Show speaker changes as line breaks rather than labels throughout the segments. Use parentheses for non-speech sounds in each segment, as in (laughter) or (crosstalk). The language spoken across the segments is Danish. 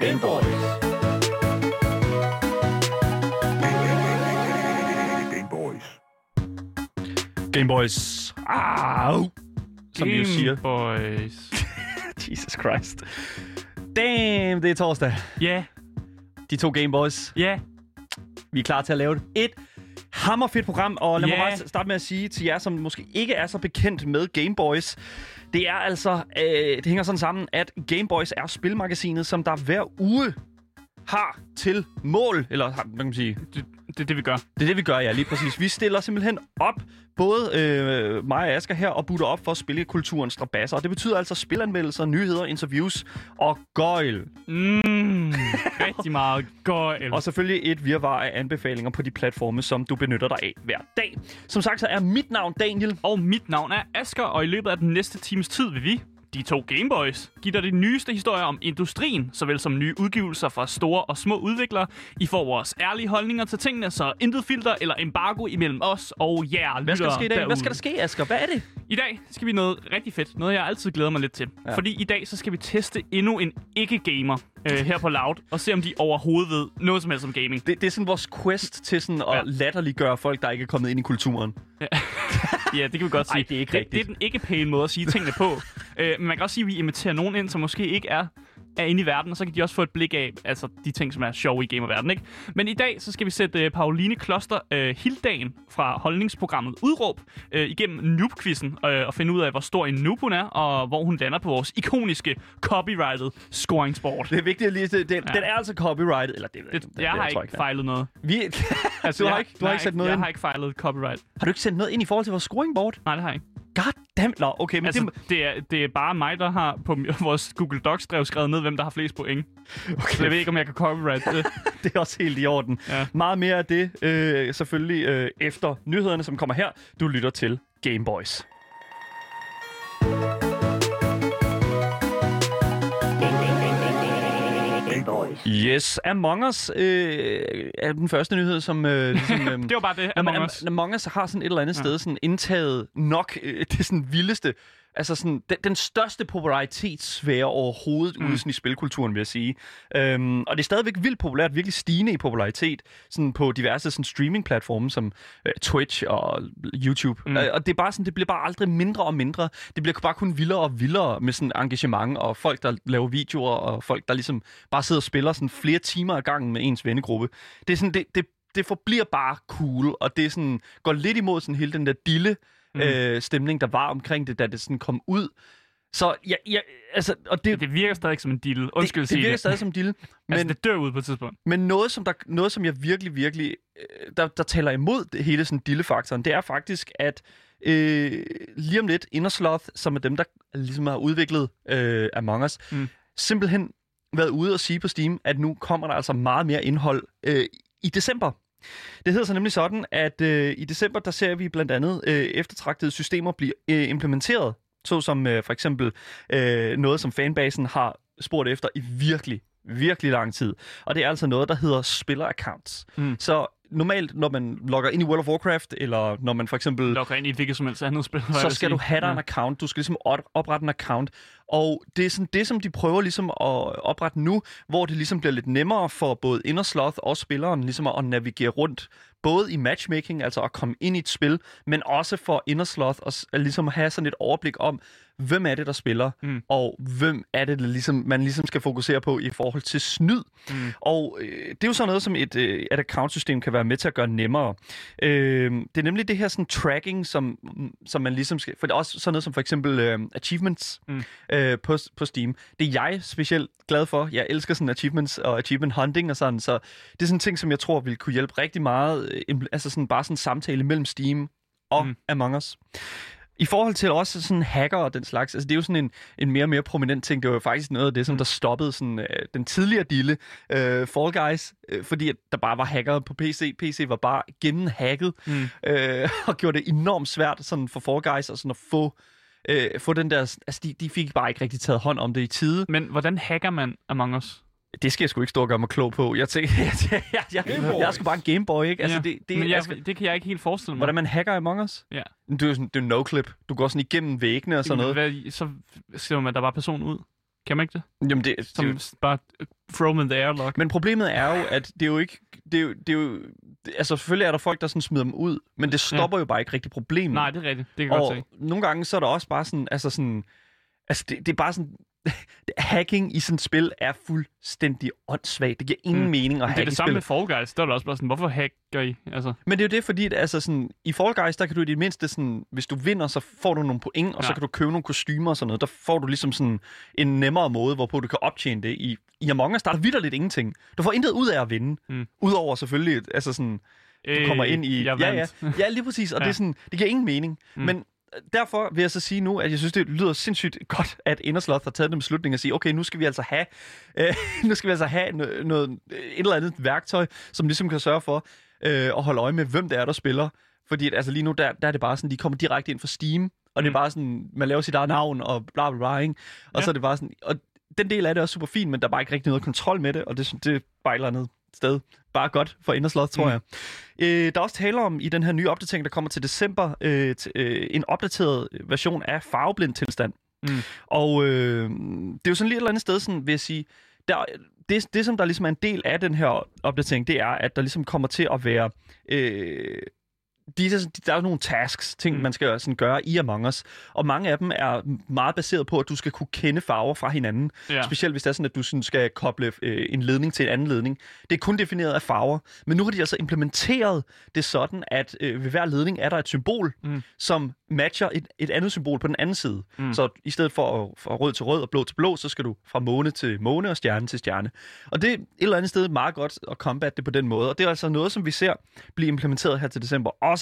Golden Boys. Game Boys.
Game Boys. Au! Som vi jo siger.
Boys.
(laughs) Jesus Christ. Damn, det er torsdag.
Ja,
De to Game Boys.
ja.
Vi er klar til at lave et hammerfedt program, og lad yeah.
Ja.
mig bare starte med at sige til jer, som måske ikke er så bekendt med Game Boys, det er altså, øh, det hænger sådan sammen, at Game Boys er spilmagasinet, som der hver uge har til mål, eller har- hvad kan man sige,
Det, det er det, vi gør.
det er det, vi gør, ja, lige præcis. Vi stiller simpelthen op, både øh, mig og Asger her, og butter op for at spille kulturens strabasser. Og det betyder altså spilanmeldelser, nyheder, interviews og gøjl.
Mm, rigtig meget gøjl.
Og selvfølgelig et virvar af anbefalinger på de platforme, som du benytter dig af hver dag. Som sagt, så er mit navn Daniel.
Og mit navn er Asker, og i løbet af den næste times tid vil vi, de to Gameboys, give dig de nyeste historier om industrien, såvel som nye udgivelser fra store og små udviklere. I får vores ærlige holdninger til tingene, så intet filter eller embargo imellem os og jer
Hvad skal der
lyttere
ske i dag? Hvad
derude.
skal der ske, Asger? Hvad er det?
I dag skal vi noget rigtig fedt. Noget, jeg altid glæder mig lidt til. Ja. Fordi i dag så skal vi teste endnu en ikke-gamer øh, her på Loud, og se om de overhovedet ved noget som helst om gaming.
det? Det er sådan vores quest til sådan at
Ja.
latterliggøre folk, der ikke er kommet ind i kulturen.
Ja, det kan vi godt sige.
Ej, det er ikke
det,
rigtigt.
det er den ikke pæne måde at sige tingene
(laughs)
på. øh, men man kan også sige, at vi inviterer nogen ind, som måske ikke er, er inde i verden, og så kan de også få et blik af altså, de ting, som er sjove i gamerverdenen. Ikke? Men i dag så skal vi sætte øh, Pauline Kloster øh, Hildagen fra holdningsprogrammet Udråb øh, igennem noob øh, og finde ud af, hvor stor en noob hun er, og hvor hun lander på vores ikoniske copyrighted scoringsport.
Det er vigtigt at lige... Det, den,
Ja.
ja. den er altså copyrighted. Eller det,
Det, jeg har ikke fejlet noget.
Vi, (laughs) altså, du
jeg,
har ikke, du har
nej,
ikke sat noget
jeg
ind.
Jeg har ikke fejlet copyright.
Har du ikke sendt noget ind i forhold til vores scoringboard?
Nej, det har jeg ikke.
God damn. Nå, okay, men altså,
Altså, det, er, det er bare mig, der har på m- (laughs) vores Google Docs drev skrevet ned, hvem der har flest point. Okay. Så jeg ved ikke, om jeg kan
(laughs)
copyright
(laughs)
det.
det, det er også helt i orden.
Ja.
Ja. Meget mere af det, øh, selvfølgelig øh, efter nyhederne, som kommer her. Du lytter til Game Boys.
Game Boys.
Yes, Among Us øh, er den første nyhed, som... Øh, ligesom, øh,
Det var bare det,
Among
Among
Am-
Us.
Among Us har sådan et eller andet
Ja.
ja. sted sådan indtaget nok øh, (laughs) det sådan vildeste, altså sådan den, den største popularitetssfære overhovedet mm. ude sådan i spilkulturen, vil jeg sige. Øhm, og det er stadigvæk vildt populært, virkelig stigende i popularitet, sådan på diverse sådan streamingplatforme som øh, Twitch og YouTube.
Mm.
Mm. Øh, og det er bare sådan, det bliver bare aldrig mindre og mindre. Det bliver bare kun vildere og vildere med sådan engagement og folk, der laver videoer og folk, der ligesom bare sidder og spiller sådan flere timer ad gangen med ens vennegruppe. Det er sådan, det, det det forbliver bare cool, og det sådan, går lidt imod sådan hele den der dille
Mm.
mm. øh, stemning, der var omkring det, da det sådan kom ud. Så jeg, jeg altså, og det,
Det virker stadig som en deal. Undskyld
det,
at sige
det virker
det.
stadig som dille, men,
Altså, det dør ud på et tidspunkt.
men noget, som der, noget, som jeg virkelig, virkelig, øh, der, der taler imod det, hele sådan dillefaktoren, det er faktisk, at øh, lige om lidt, Inner Sloth, som er dem, der ligesom har udviklet øh, Among Us,
Mm.
mm. simpelthen været ude og sige på Steam, at nu kommer der altså meget mere indhold øh, i december. Det hedder så nemlig sådan, at øh, i december, der ser vi blandt andet øh, eftertragtede systemer blive øh, implementeret, såsom øh, for eksempel øh, noget, som fanbasen har spurgt efter i virkelig, virkelig lang tid. Og det er altså noget, der hedder spilleraccounts.
Mm.
Mm. Så normalt, når man logger ind i World of Warcraft, eller når man for eksempel
Lokker ind i et hvilket som helst andet spil. hvad jeg
så
vil
skal
sige. Mm.
du have dig
Ja.
en account. Du skal ligesom op- oprette en account. Og det er sådan det, som de prøver ligesom at oprette nu, hvor det ligesom bliver lidt nemmere for både Inner Sloth og spilleren ligesom at navigere rundt. Både i matchmaking, altså at komme ind i et spil, men også for Inner Sloth at, s- at ligesom have sådan et overblik om, hvem er det, der spiller,
Mm.
mm. og hvem er det, der ligesom, man ligesom skal fokusere på i forhold til snyd. Mm. Og øh, det er jo sådan noget, som et, øh, et account-system kan være med til at gøre nemmere. Øh, det er nemlig det her sådan tracking, som, som man ligesom skal... For det er også sådan noget som for eksempel øh, achievements
Mm.
mm. øh, på, på Steam. Det er jeg specielt glad for. Jeg elsker sådan achievements og achievement hunting og sådan. Så det er sådan en ting, som jeg tror vil kunne hjælpe rigtig meget. Øh, impl- altså sådan bare sådan en samtale mellem Steam og
Mm.
mm. Among Us. I forhold til også sådan hacker og den slags, altså det er jo sådan en, en mere og mere prominent ting. Det var jo faktisk noget af det, som
Mm.
der stoppede sådan, øh, den tidligere dille, øh, Fall Guys, øh, fordi at der bare var hackere på PC. PC var bare gennemhacket
Mm.
mm. øh, (laughs) og gjorde det enormt svært sådan for Fall Guys og sådan at få, øh, få den der... Altså de, de fik bare ikke rigtig taget hånd om det i tide.
Men hvordan hacker man Among Us?
Det skal jeg sgu ikke stå og gøre mig klog på. Jeg tænker, (laughs) jeg, jeg, jeg, jeg, jeg er sgu bare en Gameboy, ikke? Altså,
Ja.
det, det,
Men
jeg,
jeg, det kan jeg ikke helt forestille mig.
hvordan man hacker Among Us?
Ja.
Det er jo sådan, det er jo no-clip. Du går sådan igennem væggene og sådan noget.
Hvad, så skriver man der bare personen ud. Kan man ikke det?
Jamen, det, det,
Som
det,
det. bare øh, throw them in the airlock.
men problemet er jo, at det er jo ikke... Det er jo, det er jo, det, altså, selvfølgelig er der folk, der sådan smider dem ud, men det stopper ja. jo bare ikke rigtig problemet.
Nej, det er rigtigt. Det kan jeg godt
og
se.
nogle gange så er der også bare sådan... Altså, sådan, altså det, det er bare sådan... (laughs) hacking i sådan et spil er fuldstændig åndssvagt. Det giver ingen
Mm.
mm. mening at
Det er
hacke i
det
et
samme
spil.
med Fall Guys. Der er det også bare sådan, hvorfor hacker I? Altså,
Men det er jo det, fordi at, altså, sådan, i Fall Guys, der kan du i det mindste, sådan, hvis du vinder, så får du nogle point, og ja.
Ja.
så kan du købe nogle kostymer og sådan noget. Der får du ligesom sådan en nemmere måde, hvorpå du kan optjene det. I, i Among Us, der er der vidderligt ingenting. Du får intet ud af at vinde.
Mm.
Udover selvfølgelig, altså sådan, du kommer ind i...
Øh, Jeg
ja, ja,
vandt.
ja, lige præcis. Og ja. det,
Ja.
er sådan, det giver ingen mening.
Mm.
Mm. Men derfor vil jeg så sige nu, at jeg synes, det lyder sindssygt godt, at Indersloth har taget den beslutning at sige, okay, nu skal vi altså have, (laughs) øh, nu skal vi altså have no- noget, et eller andet værktøj, som ligesom kan sørge for øh, at holde øje med, hvem det er, der spiller. Fordi at, altså, lige nu, der, der er det bare sådan, de kommer direkte ind fra Steam, og det
Mm.
er bare sådan, man laver sit eget navn, og bla bla bla, ikke? Og
Ja.
ja. så er det bare sådan, og den del af det er også super fint, men der er bare ikke rigtig noget kontrol med det, og det, synes- det er bare et eller andet sted. Bare godt for Indersloth, tror
Mm.
mm. jeg. Øh, der er også tale om i den her nye opdatering, der kommer til december, øh, t- øh, en opdateret øh, version af farveblind tilstand.
Mm.
Og øh, det er jo sådan lige et eller andet sted, sådan, vil jeg sige, der, det, det, som der ligesom er en del af den her opdatering, det er, at der ligesom kommer til at være... Øh, de, der, der er jo nogle tasks, ting,
Mm.
mm. man skal sådan gøre i Among Us, og mange af dem er meget baseret på, at du skal kunne kende farver fra hinanden.
Ja.
Ja. Specielt hvis det er sådan, at du sådan skal koble øh, en ledning til en anden ledning. Det er kun defineret af farver. Men nu har de altså implementeret det sådan, at øh, ved hver ledning er der et symbol,
Mm.
mm. som matcher et, et andet symbol på den anden side.
Mm.
Mm. Så i stedet for at, fra rød til rød og blå til blå, så skal du fra måne til måne og stjerne til stjerne. Og det er et eller andet sted meget godt at combat det på den måde. Og det er altså noget, som vi ser blive implementeret her til december også.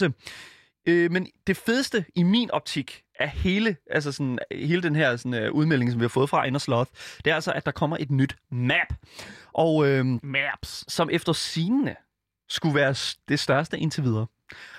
Øh, men det fedeste i min optik af hele, altså sådan, hele den her sådan, øh, udmelding, som vi har fået fra Anders Sloth, det er altså, at der kommer et nyt map. Og øh,
Maps.
som efter sigende skulle være s- det største indtil videre.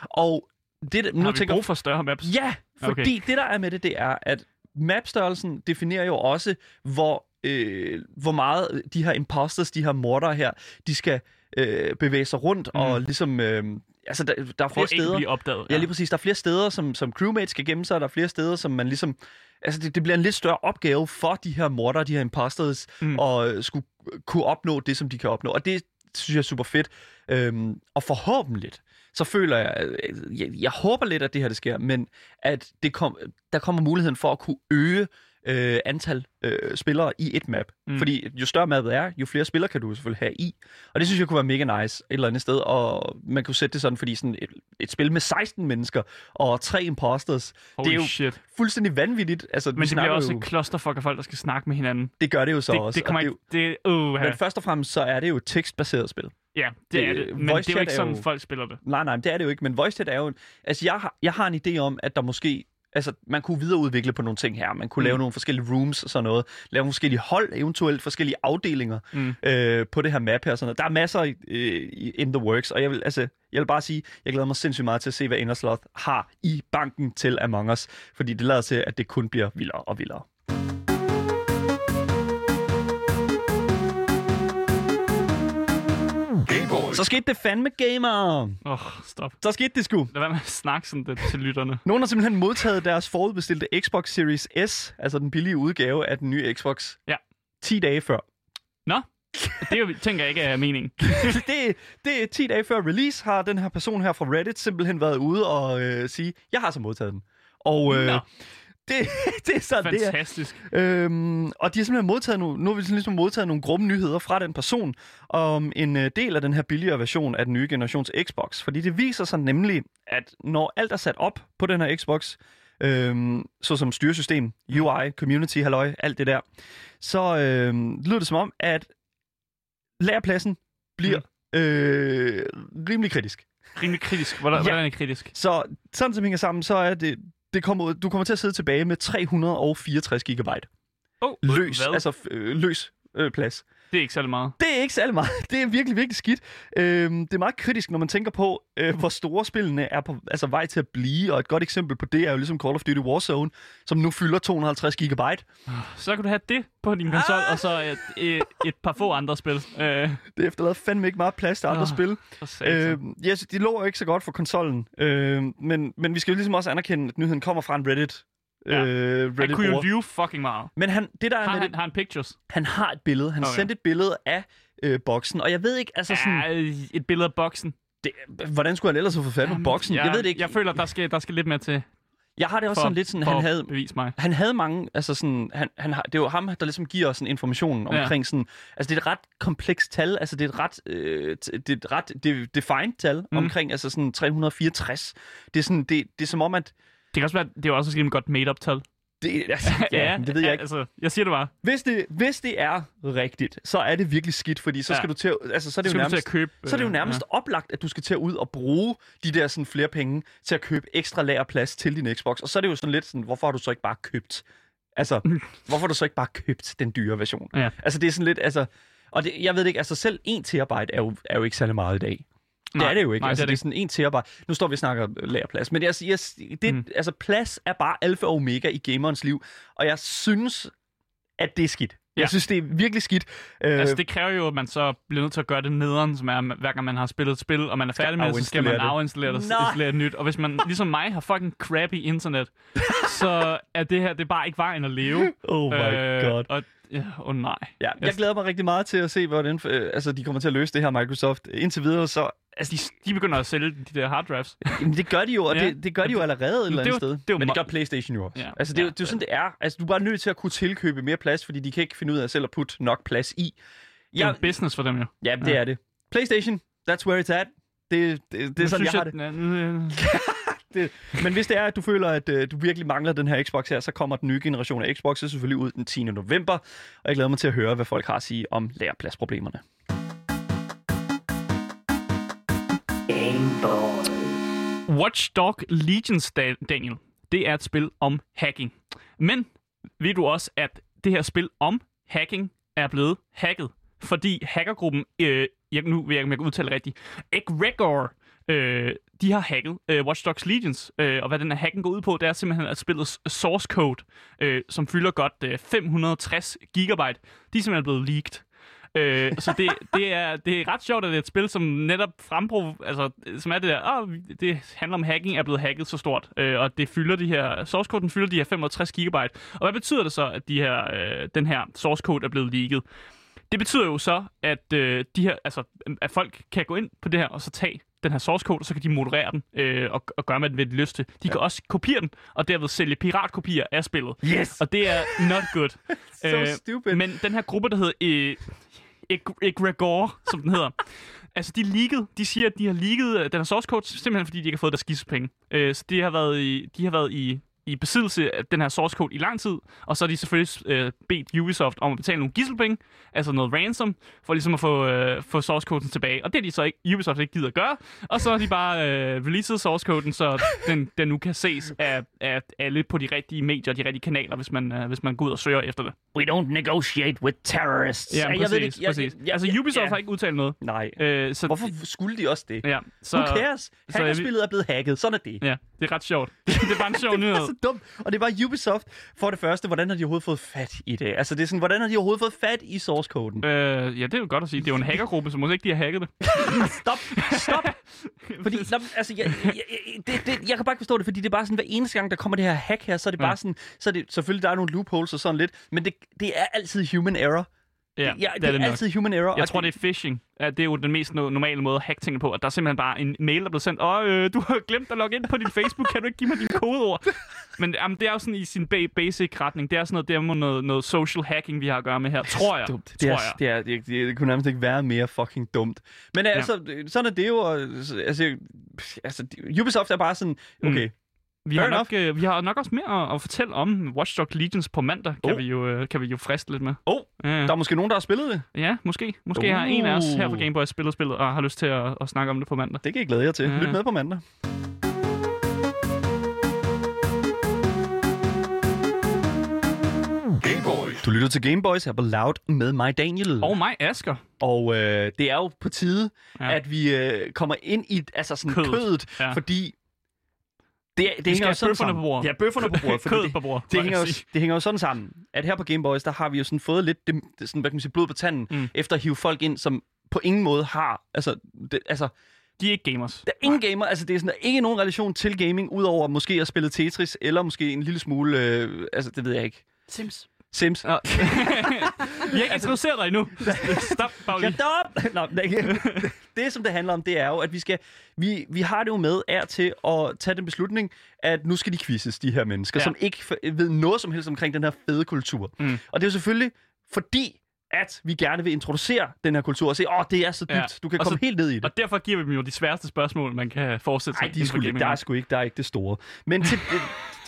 Og det, nu
Nu har vi
tænker
brug for større maps?
Ja, fordi
Okay.
okay. det der er med det, det er, at mapstørrelsen definerer jo også, hvor, øh, hvor meget de her imposters, de her morder her, de skal øh, bevæge sig rundt, mm. og ligesom, øh, altså der, der er
For
flere
at ikke
steder,
blive opdaget.
Ja, lige præcis. Der er flere steder, som, som crewmates skal gemme sig, og der er flere steder, som man ligesom... Altså, det, det bliver en lidt større opgave for de her morder, de her imposters,
Mm.
mm. at øh, skulle øh, kunne opnå det, som de kan opnå. Og det synes jeg er super fedt. Øhm, og forhåbentlig, så føler jeg, øh, jeg... Jeg håber lidt, at det her det sker, men at det kom, der kommer muligheden for at kunne øge øh, antal øh, spillere i et map.
Mm.
Mm. Fordi jo større mappet er, jo flere spillere kan du selvfølgelig have i. Og det synes jeg kunne være mega nice et eller andet sted. Og man kunne sætte det sådan, fordi sådan et, et spil med 16 mennesker og tre imposters,
Holy
det er jo-
shit.
fuldstændig vanvittigt. Altså, vi
Men det
snakker
bliver også
jo,
et clusterfuck af folk, der skal snakke med hinanden.
det gør det jo så
det,
også.
det kommer
og det er
ikke... Det, uh,
jo, men først og fremmest, så er det jo et tekstbaseret spil.
ja, det,
det-
er det.
voice
Men det er jo
chat
ikke
er
sådan,
jo-
folk spiller det.
Nej, nej, men det er det jo ikke. Men voice chat er jo... en- Altså, jeg har, jeg har en idé om, at der måske... Altså, man kunne videreudvikle på nogle ting her. Man kunne
Mm.
mm. lave nogle forskellige rooms og sådan noget. Lave nogle forskellige hold, eventuelt forskellige afdelinger
Mm.
øh, på det her map her og sådan noget. Der er masser i, øh, i- in the works, og jeg vil, altså, jeg vil bare sige, jeg glæder mig sindssygt meget til at se, hvad Ender Sloth har i banken til Among Us. Fordi det lader til, at det kun bliver vildere og vildere.
Game Boys.
Så skete det fandme, gamer!
Åh, oh, stop.
Så skete det sgu.
Lad være med at snakke sådan det til lytterne.
Nogen har simpelthen modtaget deres forudbestilte Xbox Series S, altså den billige udgave af den nye Xbox,
Ja.
10 dage før. (laughs)
Det er jo, tænker jeg ikke er meningen.
det, det er 10 dage før release, har den her person her fra Reddit simpelthen været ude og øh, sige, jeg har så modtaget den. Og øh,
Nå.
det, (laughs) det er sådan, det er.
Fantastisk.
Øhm, og de har simpelthen modtaget nu, nu har vi sådan ligesom modtaget nogle grumme nyheder fra den person om en øh, del af den her billigere version af den nye generations Xbox. Fordi det viser sig nemlig, at når alt er sat op på den her Xbox, øhm, såsom styresystem, UI, community, halløj, alt det der, så øhm, lyder det som om, at lærepladsen bliver øh, rimelig kritisk.
Rimelig kritisk. Hvordan,
Ja.
hvordan er det kritisk?
Så sådan som det hænger sammen, så er det, det kommer ud, du kommer til at sidde tilbage med 364 gigabyte
Oh,
løs,
Hvad?
altså f- øh, løs øh, plads.
Det er ikke særlig meget.
Det er ikke særlig meget. (laughs) Det er virkelig, virkelig skidt. Øhm, det er meget kritisk, når man tænker på, øh, hvor store spillene er på altså, vej til at blive. Og et godt eksempel på det er jo ligesom Call of Duty Warzone, som nu fylder 250 gigabyte.
Så kan du have det på din konsol, og så et, et, et par få andre spil. Øh,
Det efterlader fandme ikke meget plads til andre
Ah,
oh, spil.
for satan.
Øh, yes, Øhm, de lå jo ikke så godt for konsollen. Øh, men, men vi skal jo ligesom også anerkende, at nyheden kommer fra en Reddit ja.
Ja.
øh,
Han kunne jo
Reddit-bruger.
lyve fucking meget.
Men han, det der er
Har
med
han,
det,
har han pictures?
han har et billede. Han okay.
Okay.
sendte et billede af øh, boksen, og jeg ved ikke, altså sådan,
Ja, et billede af boksen.
det, hvordan skulle han ellers have fået fat på boksen?
Ja,
jeg ved det ikke.
Jeg føler, der skal, der skal lidt mere til
jeg har det også
for,
sådan lidt sådan,
for
han havde,
at bevise mig.
han havde mange, altså sådan, han, han har, det er jo ham, der ligesom giver os sådan informationen
Ja.
omkring sådan, altså det er et ret komplekst tal, altså det er et ret, øh, t- det er et ret det, defined tal mm.
Mm.
omkring, altså sådan 364. Det er sådan, det, det er som om, at
Det kan også være, det er jo også et rimelig godt made-up-tal.
det, (laughs) altså, ja, ja, det ved jeg ikke.
Altså, jeg siger det bare.
Hvis det, hvis det er rigtigt, så er det virkelig skidt, fordi så
Ja.
skal du til at, altså, så er det jo
Skal du til
nærmest,
at købe,
så er det jo
øh,
nærmest ja. oplagt, at du skal til at ud og bruge de der sådan, flere penge til at købe ekstra lagerplads til din Xbox. Og så er det jo sådan lidt sådan, hvorfor har du så ikke bare købt? Altså,
(laughs)
hvorfor har du så ikke bare købt den dyre version?
Ja.
Altså, det er sådan lidt, altså... Og det, jeg ved det ikke, altså selv 1 terabyte er jo, er jo ikke særlig meget i dag. Nej, det er det jo ikke.
Nej,
altså,
det er det
det er sådan 1 terabyte. Nu står vi og snakker øh, lagerplads, men altså, jeg, det, mm.
Mm.
altså, plads er bare alfa og omega i gamerens liv, og jeg synes, at det er skidt. Jeg
Ja.
synes, det er virkelig skidt. Øh,
Altså, det kræver jo, at man så bliver nødt til at gøre det nederen, som er, at hver gang man har spillet et spil, og man er færdig med det, så skal man
afinstallere det.
afinstallere det
Nej.
og installere et nyt. Og hvis (laughs) man, ligesom mig, har fucking crappy internet, så er det her, det er bare ikke vejen at leve.
oh my øh, god.
Og, ja, oh nej.
Ja, jeg glæder mig rigtig meget til at se, hvordan øh, altså, de kommer til at løse det her Microsoft. Indtil videre, så... Altså, de,
De begynder at sælge de der harddrives.
jamen, det gør de jo, og
Ja.
det, det gør de jo allerede et eller
det er
andet
jo-
sted.
det er jo
Men det
mo-
gør PlayStation jo også.
Ja.
Altså, det, er jo-
Ja,
det er jo sådan, det er. Altså, du er bare nødt til at kunne tilkøbe mere plads, fordi de kan ikke finde ud af selv at putte nok plads i.
Det
Jeg,
er jo business for dem jo.
ja, det
Ja.
er det. PlayStation, that's where it's at. Det, det, det er sådan, jeg har det. det. Men hvis det er, at du føler, at øh, du virkelig mangler den her Xbox her, så kommer den nye generation af Xbox selvfølgelig ud den 10. november. Og jeg glæder mig til at høre, hvad folk har at sige om lærepladsproblemerne.
Game Boys.
Watch Dog Legions, Da- Daniel, det er et spil om hacking. Men ved du også, at det her spil om hacking er blevet hacket? Fordi hackergruppen, øh, jeg, nu ved jeg ikke, om jeg kan udtale det rigtigt, Egregor, øh, de har hacket øh, Watch Dogs Legions, øh, og hvad den her hacken går ud på, det er simpelthen at spillets source code, øh, som fylder godt øh, 560 gigabyte, de er simpelthen blevet leaked. Øh, så det, det, er, det er ret sjovt, at det er et spil, som netop frembrug, altså, som er det der, åh, det handler om hacking, er blevet hacket så stort, øh, og det fylder de her, source code, den fylder de her 65 gigabyte. Og hvad betyder det så, at de her, øh, den her source code er blevet leaget? Det betyder jo så, at, øh, de her, altså, at folk kan gå ind på det her, og så tage den her source code, og så kan de moderere den øh, og, og gøre med den, hvad de lyst til. De ja. kan også kopiere den, og derved sælge piratkopier af spillet.
Yes!
Og det er not good.
So stupid.
Øh, Men den her gruppe, der hedder øh, Eg- Egregore, som den hedder, altså de leaked, de siger, at de har leaget øh, den her source code, simpelthen fordi de ikke har fået deres skidsepenge. Øh, så de har været i, de har været i i besiddelse af den her source code i lang tid, og så har de selvfølgelig øh, bedt Ubisoft om at betale nogle gisselpenge, altså noget ransom, for ligesom at få, øh, få source coden tilbage. Og det har de så ikke, Ubisoft ikke gider at gøre, og så har de bare øh, releaset source coden, så den, den nu kan ses af, af alle på de rigtige medier og de rigtige kanaler, hvis man, øh, hvis man går ud og søger efter det.
We don't negotiate with terrorists.
Ja, præcis,
jeg ved det ikke. Jeg,
præcis.
Jeg, jeg,
altså Ubisoft
ja.
har ikke udtalt noget.
Nej.
Øh, så,
Hvorfor skulle de også det?
Ja, så,
Who cares?
så jeg vil-
Hackerspillet er blevet hacket. Sådan er det.
ja, det er ret sjovt. (laughs) det er bare en sjov
(laughs) Det er
nyhed.
så dumt. Og det var Ubisoft. For det første, hvordan har de overhovedet fået fat i det? Altså, det er sådan, hvordan har de overhovedet fået fat i source-koden?
Øh, ja, det er jo godt at sige. Det er jo en hackergruppe, så måske ikke de har
(laughs)
hacket det.
Stop!
(laughs)
Stop! Fordi, nå, men, altså, jeg, jeg, jeg- det, det, jeg kan bare ikke forstå det, fordi det er bare sådan, hver eneste gang, der kommer det her hack her, så er det bare
Ja.
sådan, så er det, selvfølgelig, der er nogle loopholes og sådan lidt, men det, det er altid human error.
Ja,
det, ja, det, er,
nok.
altid human error.
Jeg
og
tror, det er phishing. Ja, det er jo den mest no- normale måde at hacke tingene på. At der er simpelthen bare en mail, der bliver sendt. Åh, øh, du har glemt at logge ind på din Facebook. Kan du ikke give mig dine kodeord?
(laughs)
Men jamen, det er jo sådan i sin ba- basic retning. Det er sådan noget, det er noget, noget social hacking, vi har at gøre med her. Tror jeg.
Dumt. Det,
Tror
er,
jeg.
det, er, det, er, det, det kunne nærmest ikke være mere fucking dumt. Men altså, sådan er det jo. og, Altså, altså, Ubisoft er bare sådan, okay, mm.
Vi
Fair
har, nok, øh, vi har nok også mere at, at fortælle om Watch Dogs Legions på mandag. Kan,
Oh.
vi, jo, øh, kan vi jo friste lidt med.
Oh.
Ja,
der er måske nogen, der har spillet det.
ja måske. Måske har en af os her på
Uh.
Gameboy spillet spillet og har lyst til at, at snakke om det på mandag.
Det kan jeg glæde jer til.
Ja.
Lyt med på mandag.
Game Boys.
Du lytter til Gameboys her på Loud med mig, Daniel.
Og mig, Asker.
Og øh, det er jo på tide, ja.
Ja.
at vi øh, kommer ind i altså sådan kødet,
Kødet.
kødet
Ja.
ja. fordi det, det
Vi
hænger
skal
jo sådan
have bøfferne
sammen.
på bordet.
Ja, bøfferne på bordet. fordi
Kødet
det-
på bordet, må
Det
jeg
hænger, jo,
sige.
det hænger jo sådan sammen, at her på Gameboys, der har vi jo sådan fået lidt det, det sådan, hvad kan man sige, blod på tanden, mm.
Mm.
efter at hive folk ind, som på ingen måde har, altså, det, altså
De er ikke gamers.
Der er ingen gamer, altså det er sådan, der er ikke nogen relation til gaming, udover måske at spille Tetris, eller måske en lille smule, øh, altså det ved jeg ikke,
Sims.
Sims.
(laughs) Nå. jeg er ikke introduceret dig endnu. Stop, Pauli.
Shut up! (laughs) Nå, men det, det, som det handler om, det er jo, at vi skal... Vi, vi har det jo med er til at tage den beslutning, at nu skal de quizzes, de her mennesker,
Ja.
ja. som ikke f- ved noget som helst omkring den her fede kultur.
Mm.
Og det er jo selvfølgelig fordi, at vi gerne vil introducere den her kultur og se, åh, det er så dybt,
Ja.
du kan
Og så-
komme helt ned i det.
Og derfor giver vi dem jo de sværeste spørgsmål, man kan forestille sig.
Nej, de er
inden for
sgu ikke,
gaming.
der er sgu ikke, der er ikke det store. Men
(laughs)
til, øh,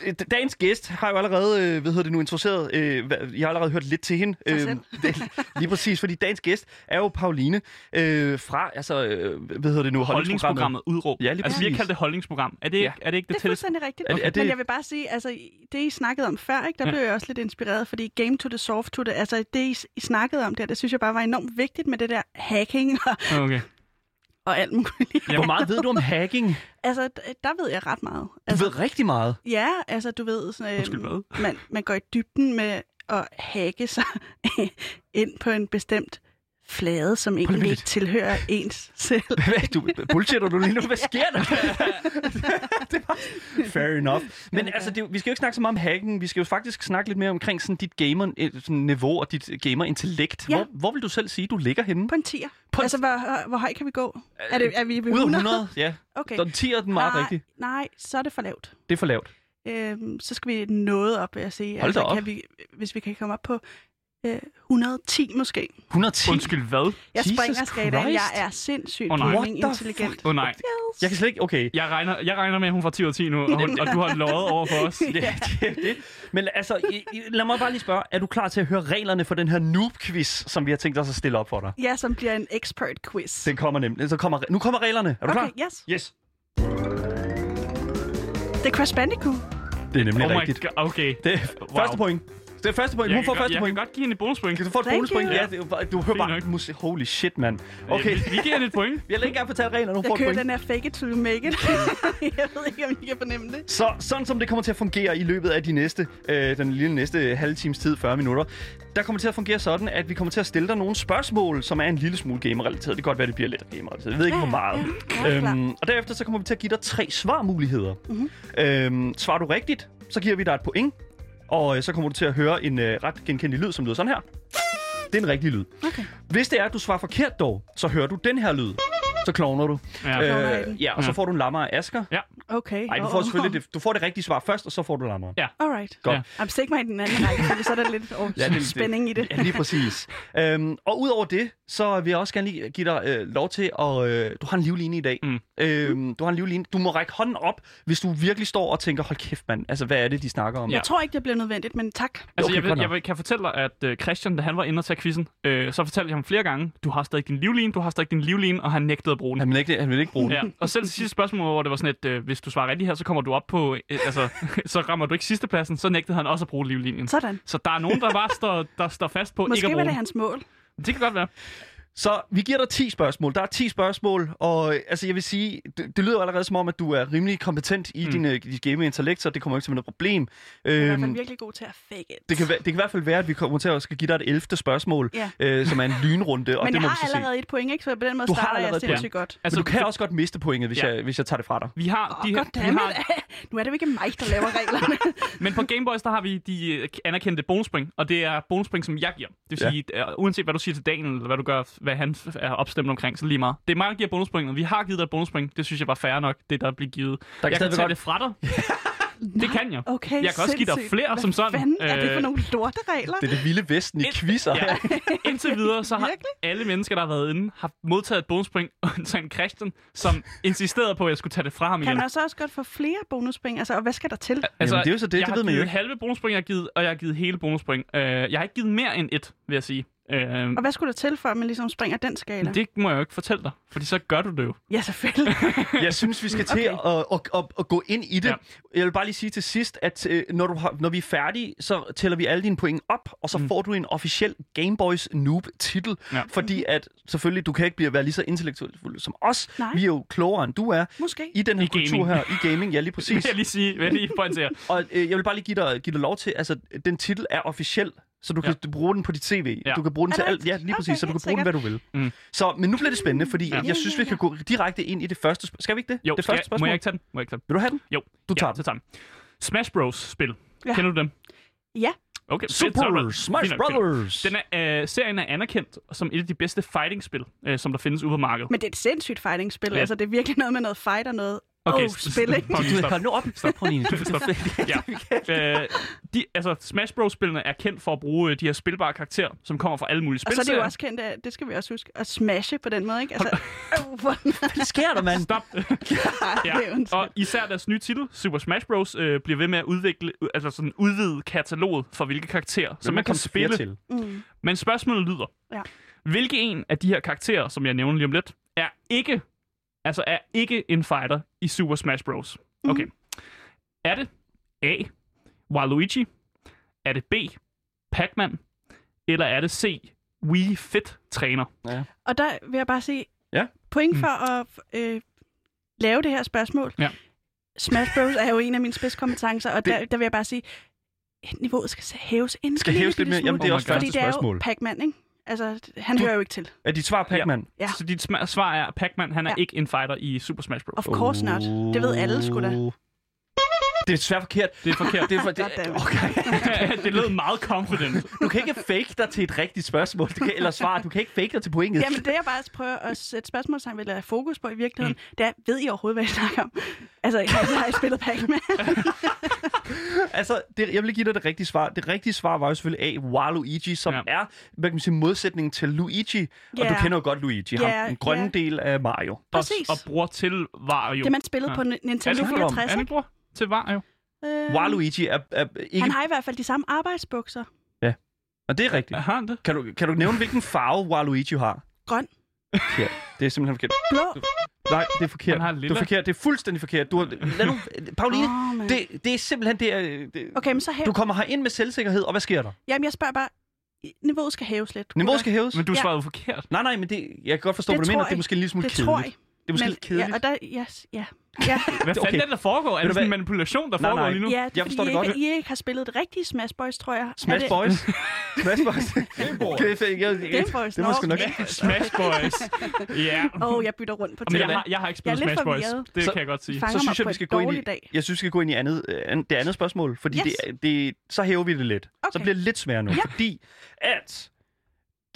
øh, dagens gæst har jo allerede, øh, hvad hedder det nu, introduceret, øh, hvad- jeg har allerede hørt lidt til hende.
Sig
Øh, (laughs) det- lige præcis, fordi dagens gæst er jo Pauline øh, fra, altså, øh, hvad hedder det nu, holdningsprogrammet.
holdningsprogrammet udråb.
Ja, lige
altså, vi har
præcis.
kaldt det holdningsprogram. Er det, ikke, er det ikke det,
Det er
tætteste?
fuldstændig rigtigt.
Er-
Okay.
er det-
Men jeg vil bare sige, altså i- det I snakkede om før, ikke, der
Ja.
blev jeg også lidt inspireret, fordi game to the soft to the, altså det I, s- I snakkede om der, det synes jeg bare var enormt vigtigt med det der hacking og,
Okay.
og alt muligt.
Hvor meget ved du om hacking? Du
Altså d- der ved jeg ret meget. Altså,
ved rigtig meget.
Ja, altså du ved, sådan,
Undskyld, hvad?
man, man går i dybden med at hacke sig (laughs) ind på en bestemt flade, som egentlig
lidt.
ikke tilhører ens selv.
Hvad, du bullshitter du lige nu? Hvad sker der? (laughs) det var fair enough. Men altså, det, er jo- vi skal jo ikke snakke så meget om hacken. Vi skal jo faktisk snakke lidt mere omkring sådan dit gamer, øh, sådan niveau og dit gamer-intellekt.
Ja.
Hvor, hvor vil du selv sige, du ligger henne?
På en tier.
På en-
Altså, hvor, hvor høj kan vi gå? Er, det, er vi ved
Ud af
100?
100, ja.
Okay.
Den 10 er den meget
Øh, nej,
rigtig.
Nej, så er det for lavt.
Det er for lavt.
Øhm, så skal vi noget op, vil jeg sige. Altså,
Hold da op.
Kan vi, hvis vi kan komme op på øh, 110 måske.
110.
Undskyld, hvad?
Jeg
Jesus
springer skalaen. Jeg
Christ.
er sindssygt
Åh, nej.
gaming
What the
intelligent.
Åh oh, nej.
Yes.
Jeg kan slet ikke...
(laughs)
Okay.
Jeg regner, jeg regner med, at hun får 10 ud af 10 nu, og, hun, og du har lovet over for os.
(laughs) Det, det, det. Men altså, i- i- lad mig bare lige spørge. Er du klar til at høre reglerne for den her noob-quiz, som vi har tænkt os at stille op for dig?
Ja, som bliver en expert quiz.
Den kommer nemlig. Så kommer, nu kommer reglerne. Er du
Okay,
klar?
yes.
Yes.
Det er Crash Bandicoot.
Det er nemlig
Oh my
rigtigt.
god, okay.
Det er
Wow.
første point. Det er første point.
Jeg
Hun
kan
får
godt-
første
jeg
point.
kan godt give hende et bonuspoint.
Kan du få et
Thank
bonuspoint?
you.
Ja, det, er- du hører
Fint
bare
nok.
musik. Holy shit, mand. Okay.
Øh, Vi, vi giver hende et point.
Jeg vil ikke engang fortælle reglerne. Hun
Jeg
får et
kører
point.
den her fake it till you make it. (laughs) jeg ved ikke, om I kan fornemme det.
Så sådan som det kommer til at fungere i løbet af de næste, øh, den lille næste halve times tid, 40 minutter, der kommer til at fungere sådan, at vi kommer til at stille dig nogle spørgsmål, som er en lille smule gamerrelateret. Det kan godt være, det bliver lidt gamerrelateret. Jeg ved ikke,
Ja,
hvor meget. Øhm,
ja, ja, klart. Mhm.
og derefter så kommer vi til at give dig tre svarmuligheder. Mm-hmm. Øhm, svarer du rigtigt, så giver vi dig et point. Og øh, så kommer du til at høre en øh, ret genkendelig lyd, som lyder sådan her. Det er en rigtig lyd.
Okay.
Hvis det er, at du svarer forkert dog, så hører du den her lyd. Så klovner du. Øh,
Ja.
klovner jeg den.
ja, og så
Ja.
får du en lammer af Asger.
Okay.
Nej, du får selvfølgelig det, du får det rigtige svar først, og så får du lammeren.
Ja.
Alright.
Godt.
Ja.
Jamen, stik mig i den anden række, for så er der lidt
(laughs)
oh,
Ja, det- det-
spænding i det.
Ja, lige præcis. øhm, og udover det, så vil jeg også gerne lige give dig øh, lov til at... Øh, du har en livline i dag.
Mm.
Øhm, du har en livline. Du må række hånden op, hvis du virkelig står og tænker, hold kæft mand, altså hvad er det, de snakker om?
Ja.
Jeg tror ikke, det bliver nødvendigt, men tak.
Altså,
Okay,
jeg,
godt
ved,
nok.
jeg ved, kan fortælle dig, at øh, Christian, da han var inde og tage quizzen, øh, så fortalte jeg ham flere gange, du har stadig din livline, du har stadig din livline, og han nægtede at bruge den.
Han vil ikke, han vil ikke bruge den.
Ja, og selv det sidste spørgsmål, hvor det var sådan et, øh, hvis du svarer rigtigt her, så kommer du op på, øh, altså, (laughs) så rammer du ikke sidstepladsen, så nægtede han også at bruge livlinjen.
Sådan.
Så der er nogen, der bare står, der står fast på ikke
Måske
at
var
bruge
det
den.
hans mål.
Det kan godt være.
Så vi giver dig 10 spørgsmål. Der er 10 spørgsmål, og øh, altså, jeg vil sige, det, det lyder jo allerede som om, at du er rimelig kompetent i
Mm.
mm. din, øh, dit gaming-intellekt, så det kommer ikke til at være noget problem.
Jeg er i hvert fald virkelig god til at fake it.
Øhm. Det kan, væ- det kan i hvert fald være, at vi kommer til at skal give dig et 11. spørgsmål,
Ja.
øh, som er en lynrunde, og det
men jeg
må vi
har
så se.
allerede et point, ikke? Så på den måde
Du har
starter jeg
allerede et
sindssygt godt.
Altså,
Altså,
Men du kan også godt miste pointet, hvis,
Ja.
ja. jeg, hvis jeg tager det fra dig.
vi har de
Åh,
her, vi
goddammit.
har,
(laughs) Nu er det jo ikke mig, der laver reglerne.
men på Gameboys, der har vi de øh, anerkendte bonuspoint, og det er bonuspoint, som jeg giver. Det vil
Ja.
sige, ja. uanset hvad du siger til Daniel, eller hvad du gør, hvad han f- er opstemt omkring, så lige meget. Det er mig, der giver bonuspoint, og vi har givet dig et bonuspoint. Det synes jeg var fair nok, det der bliver givet. Der jeg kan
stadigvæk
tage
godt-
det fra dig. det kan jeg.
Okay,
Jeg kan også give dig
sindssygt.
flere,
Hvad
som sådan.
fanden er det for
Øh,
nogle lorteregler?
Det er det vilde vesten i
Et-
quizzer.
Ja.
Ja.
Indtil videre, så har
Virkelig?
alle mennesker, der har været inde, har modtaget et (laughs) bonuspoint, undtagen Christian, som insisterede på, at jeg skulle tage det fra ham
Kan
igen.
man så også godt få flere bonuspoint? Altså, og hvad skal der til?
Jamen, det er jo så det,
jeg
det
har
ved man jo
givet
ikke.
halve bonuspoint, jeg har givet, og jeg har givet hele bonuspoint. Uh, jeg har ikke givet mere end et, vil jeg sige. Uh,
Og hvad skulle der til, for at man ligesom springer den skala?
det må jeg jo ikke fortælle dig, fordi så gør du det jo.
Ja, selvfølgelig. (laughs)
Jeg synes, vi skal til okay. at, at, at, at gå ind i det.
Ja.
Ja. Jeg vil bare lige sige til sidst, at øh, når, du har, når vi er færdige, så tæller vi alle dine point op, og så
Mm.
mm. får du en officiel Game Boys Noob-titel.
Ja.
Ja. Fordi at selvfølgelig, du kan ikke blive, være lige så intellektuel som os.
Nej.
Vi er jo klogere, end du er.
Måske.
I den her
I
kultur
gaming.
her, i gaming, ja lige
Det vil
præcis.
jeg lige sige, vil jeg lige pointere.
Og øh, jeg vil bare lige give dig, give dig lov til, altså den titel er officiel Så du kan ja. bruge den på dit CV.
Ja.
Ja. Du kan bruge den
Er
til
det
alt. Ja, lige
rigtigt?
præcis. Okay, så du
Okay,
kan bruge den, hvad du vil.
Mm.
Så, men nu bliver det spændende, fordi
Ja.
ja. jeg synes, vi kan gå direkte ind i det første spørgsmål. Skal vi ikke det?
Jo,
det
skal
første
jeg, må jeg ikke tage den? Må jeg ikke tage den?
Vil du have den?
Jo,
Du tager
ja,
den.
så tager den. Smash Bros. spil. Ja.
Ja.
Kender du dem?
Ja.
Okay, fedt, så er der-
Super
fint
Smash
nok, fedt.
Brothers!
Den er, øh, serien er anerkendt som et af de bedste fighting-spil, øh, som der findes ude på markedet.
Men det er et sindssygt fighting-spil.
Ja.
Ja. Altså, det er virkelig noget med noget fight og noget
Okay,
okay, oh,
s- s-
spil, ikke?
fuck.
Du, hold nu op. (laughs) Stop, Pauline. Du,
(laughs)
(laughs)
Stop. Ja. øh, de, altså, Smash Bros-spillene er kendt for at bruge øh, de her spilbare karakterer, som kommer fra alle mulige
Og
spil.
så er det jo også kendt, at det skal vi også huske, at smashe på den måde, ikke? Altså, (laughs) øh, hvor
Hvad sker der, mand?
Stop.
ja. (laughs) det er jo en
Og især deres nye titel, Super Smash Bros., øh, bliver ved med at udvikle, øh, altså sådan udvide kataloget for hvilke karakterer, som man kan spille. Til.
Mm.
Men spørgsmålet lyder,
Ja.
hvilke en af de her karakterer, som jeg nævner lige om lidt, er ikke, altså er ikke en fighter i Super Smash Bros.
Mhm.
Okay. Er det A. Waluigi? Er det B. Pac-Man? Eller er det C. Wii Fit Træner?
Og der vil jeg bare sige,
Ja. Mm.
point for at øh, lave det her spørgsmål.
Ja.
Smash Bros. er jo en af mine spidskompetencer, og
Det-
der, der vil jeg bare sige, niveauet skal hæves en
Skal
lille
hæves lidt
bitte
mere? Jamen,
smule,
det er
Oh
også
my God.
første
fordi det er
spørgsmål.
jo Pac-Man, ikke? Altså, han hører jo ikke til.
Er dit svar Pac-Man?
Ja.
Så dit sma- svar er, at Pac-Man han er
Ja.
ikke en fighter i Super Smash Bros.
Of course not. Det ved alle sgu da.
Det er desværre forkert.
Det er forkert.
Det er for, det,
Goddammit.
okay.
(laughs) det lød meget confident.
Du kan ikke fake dig til et rigtigt spørgsmål, du kan, eller svar. Du kan ikke fake dig til pointet.
Jamen, det jeg bare prøver at sætte spørgsmålstegn ved, eller have fokus på i virkeligheden, mm. det er, ved I overhovedet, hvad I snakker om? Altså, har I spillet
(laughs)
Pac-Man?
Altså, det, jeg vil give dig det rigtige svar. Det rigtige svar var jo selvfølgelig A. Waluigi, som
Ja.
ja. er, hvad kan man sige, modsætningen til Luigi. Og du
Ja.
kender jo godt Luigi, yeah,
Ja,
ham, den grønne
ja.
yeah. del af Mario.
Præcis.
Og, og bruger til Vario.
Det, man spillede
Ja.
ja. på Ni- Nintendo
Er det for dumt?
64,
Er det
ikke?
bror til Vario?
Øh,
Waluigi er, er ikke...
Han har i hvert fald de samme arbejdsbukser.
Og det er rigtigt.
Har han det?
Kan du, kan du nævne, hvilken farve Waluigi har?
Grøn,
Ja, det er simpelthen forkert.
blå.
Nej, det er forkert.
Han har
Det
lilla.
er forkert. Det er fuldstændig forkert. Du har, lad nu, Pauline,
Åh, mand.
det, det er simpelthen det, er, det
Okay, men så hæv...
Du kommer herind med selvsikkerhed, og hvad sker der?
Jamen, jeg spørger bare, niveauet skal hæves lidt.
Niveauet skal hæves.
Men du
Ja.
svarede forkert.
Nej, nej, men det, jeg kan godt forstå,
Det
hvad du
tror
mener.
jeg.
Det er måske en lille smule
det
kedeligt.
tror jeg.
Det er måske lidt kedeligt.
Ja, og der, yes, ja.
(laughs)
ja.
Hvad fanden
okay.
er det, der foregår? Er
Ved
det
du
sådan en
hvad?
manipulation, der
Nej,
foregår
nej.
lige nu?
ja det er,
Jeg forstår
fordi,
det
I
godt.
Ikke, I ikke har spillet det rigtige Smash Boys, tror jeg. Er
Smash
det-
Boys. (laughs) Smash Boys. Det, jeg, jeg, jeg,
Game Boys,
det
nå.
måske nok.
Ja.
Smash Boys.
(laughs)
Ja.
Åh, oh, jeg bytter rundt på
Men jeg
tingene.
har, jeg har ikke spillet
Jeg er lidt
Smash Boys.
forvirret.
Det
Så-
kan jeg godt sige.
Fanger
Så
mig
synes jeg,
på
vi
en
skal gå ind i,
dårlig dag.
jeg synes, vi skal gå ind i andet, øh, an- det andet spørgsmål, fordi yes.
Yes.
det, det, så hæver vi det lidt. Okay. Så
Okay.
bliver det lidt sværere nu,
Ja.
fordi at